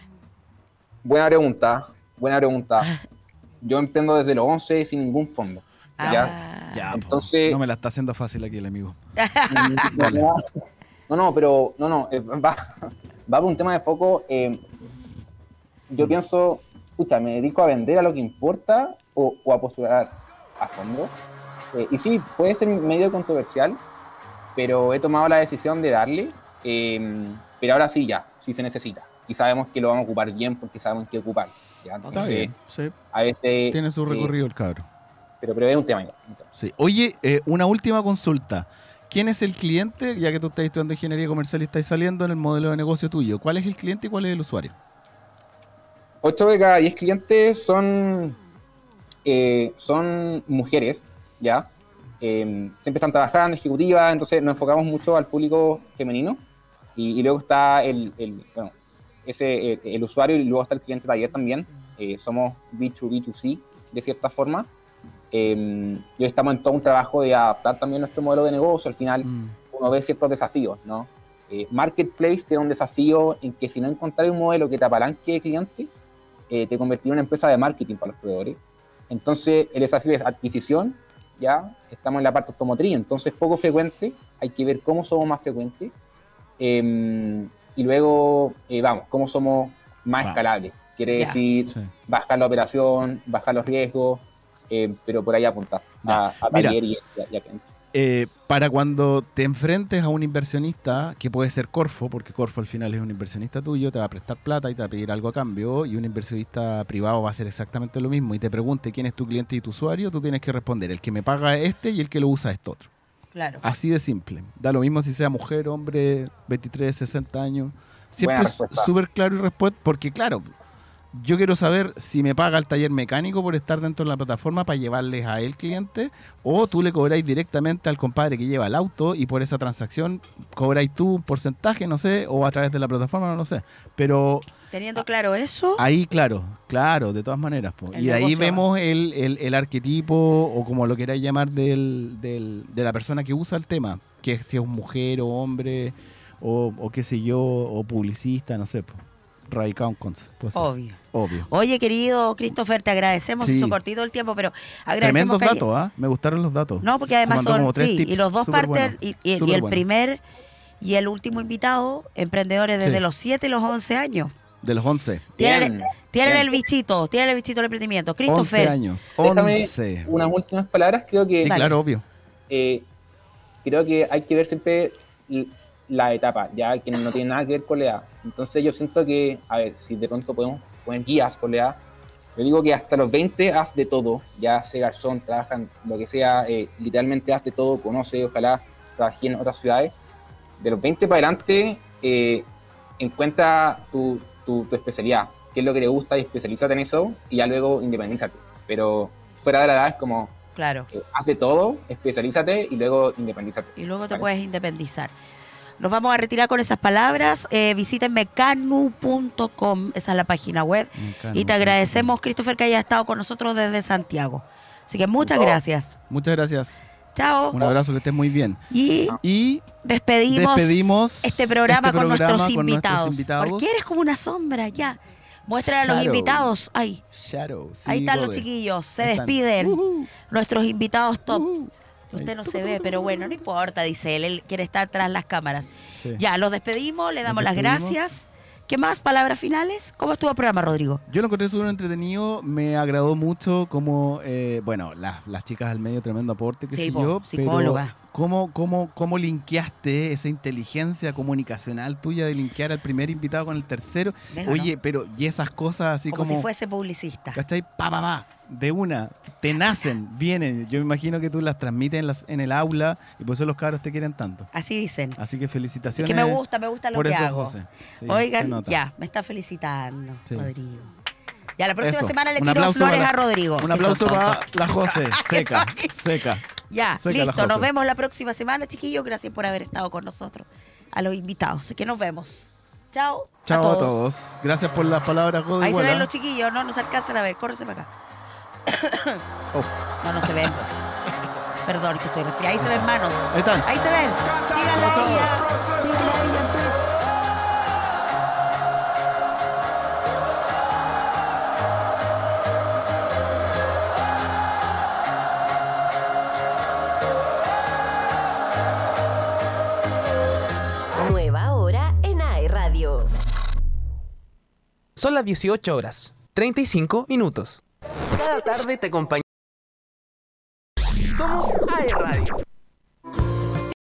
Buena pregunta, buena pregunta. Yo emprendo desde los 11 sin ningún fondo. Ah, ¿ya? Entonces, pues. No me la está haciendo fácil aquí el amigo. No, no, pero no, no, eh, va, va por un tema de foco. eh, Mm. yo pienso, pucha, me dedico a vender a lo que importa o, o a postular a fondo. Eh, y sí, puede ser medio controversial, pero he tomado la decisión de darle. eh, pero ahora sí, ya, sí se necesita. Y sabemos que lo vamos a ocupar bien porque sabemos que ocupar. ¿ya? Está Entonces, bien. sí. A veces. Tiene su eh, recorrido el cabro. pero, pero es un tema. ya. Sí. Oye, eh, una última consulta. ¿Quién es el cliente? Ya que tú estás estudiando ingeniería comercial y estás saliendo en el modelo de negocio tuyo. ¿Cuál es el cliente y cuál es el usuario? 8 de cada 10 clientes son, eh, son mujeres, ¿ya? Eh, siempre están trabajando, ejecutivas, entonces nos enfocamos mucho al público femenino. Y, y luego está el, el, bueno, ese, eh, el usuario y luego está el cliente taller también. Eh, somos B2B2C, de cierta forma. Eh, y hoy estamos en todo un trabajo de adaptar también nuestro modelo de negocio. Al final, Mm. uno ve ciertos desafíos, ¿no? Eh, Marketplace tiene un desafío en que si no encontráis un modelo que te apalanque de clientes, eh, te convertirá en una empresa de marketing para los proveedores. Entonces, el desafío es adquisición, ya estamos en la parte automotriz, entonces poco frecuente, hay que ver cómo somos más frecuentes eh, y luego, eh, vamos, cómo somos más escalables. Quiere Ya. decir, bajar la operación, bajar los riesgos, eh, pero por ahí apuntar a, a Mira. taller y, y a- y a clientes. Eh, para cuando te enfrentes a un inversionista, que puede ser Corfo, porque Corfo al final es un inversionista tuyo, te va a prestar plata y te va a pedir algo a cambio, y un inversionista privado va a hacer exactamente lo mismo, y te pregunte quién es tu cliente y tu usuario, tú tienes que responder, el que me paga es este y el que lo usa es este otro. Claro. Así de simple. Da lo mismo si sea mujer, hombre, 23, 60 años. Buena Siempre es respuesta. súper claro y respuesta, porque claro, yo quiero saber si me paga el taller mecánico por estar dentro de la plataforma para llevarles a el cliente o tú le cobráis directamente al compadre que lleva el auto y por esa transacción cobráis tú un porcentaje, no sé, o a través de la plataforma, no lo sé. Pero Teniendo claro eso, Ahí, claro, claro, de todas maneras. po. El Y de ahí negocio vemos el, el- el arquetipo, o como lo queráis llamar, del, del- de la persona que usa el tema, que es- si es mujer o hombre, o, o qué sé yo, o publicista, no sé. po. Radicado en Conce, puede ser. Obvio. Obvio. Oye, querido Christopher, te agradecemos. Sí. Hizo cortito el tiempo, pero Tremendos agradecemos que haya- datos, ¿ah? Me gustaron los datos. No, porque Se además mandó como son. tres Sí, y tips, los dos súper partners, buenos, y, y- y súper el buenos. primer y el último invitado, emprendedores desde Sí. los 7 y los 11 años. De los 11. Tienen, tienen el bichito, tienen el bichito del emprendimiento. 11 Christopher. años. Déjame 11. unas últimas palabras, creo que... Sí, claro, obvio. eh, creo que hay que ver siempre l- la etapa, ya que no tiene nada que ver con la edad. Entonces yo siento que, a ver, si de pronto podemos poner guías con la edad, yo digo que hasta los 20 haz de todo, ya sea garzón, trabaja en lo que sea, eh, literalmente haz de todo, conoce, ojalá trabaje en otras ciudades. De los 20 para adelante, eh, encuentra tu, tu- tu especialidad, qué es lo que te gusta y especialízate en eso y ya luego independízate. Pero fuera de la edad es como, Claro. eh, haz de todo, especialízate y luego independízate. Y luego te Vale. puedes independizar. Nos vamos a retirar con esas palabras. Eh, visiten mecanu.com, esa es la página web. Mecanu Y te agradecemos, Christopher, que haya estado con nosotros desde Santiago. Así que muchas gracias. Muchas gracias. Chao. Un abrazo, que estés muy bien. Y, despedimos, despedimos este programa, este con, programa nuestros con nuestros invitados. invitados. Porque eres como una sombra, ya. Muestra a los Shadow. invitados. Ahí. Shadow, sí, Ahí están los brother. chiquillos. Se Ahí están. despiden. Nuestros invitados top. Ahí. Usted no se ve, pero bueno, no importa, dice él. Él quiere estar tras las cámaras. Sí. Ya, los despedimos, le damos las despedimos. gracias. ¿Qué más? ¿Palabras finales? ¿Cómo estuvo el programa, Rodrigo? Yo lo encontré súper entretenido, me agradó mucho como, eh, bueno, las, las chicas al medio, tremendo aporte, que Sí, sé po, yo. psicóloga. Pero ¿cómo, cómo, ¿Cómo linkeaste esa inteligencia comunicacional tuya de linkear al primer invitado con el tercero? Deja, Oye, pero, y esas cosas así Como, como... si fuese publicista. ¿Cachai? Pa, pa, pa. De una. Te nacen, vienen. Yo me imagino que tú las transmites en, las, en el aula y por eso los cabros te quieren tanto. Así dicen. Así que felicitaciones. Es que me gusta, me gusta lo por que eso, hago. José. Sí, se Oigan, nota. ya, me está felicitando, Sí. Rodrigo. Ya la próxima Eso. semana le Un tiro aplauso flores para- a Rodrigo. Un que aplauso son para tontos. la José. Que Seca, son- seca. Ya, Seca la listo. Nos José. vemos la próxima semana, chiquillos. Gracias por haber estado con nosotros. A los invitados. Así que nos vemos. Chao. Chao a todos. Gracias por las palabras, Godo. Ahí se Iguala. ven los chiquillos, no nos alcanzan a ver. Córrese para acá. Oh. No, no se ven. Perdón, que estoy resfriada. Ahí se ven manos. Ahí están. Ahí se ven. Síganla a ella. Síganla a ella en Twitch. Nueva hora en AE Radio. Son las 18 horas, 35 minutos. Cada tarde te acompaña. Somos AE Radio.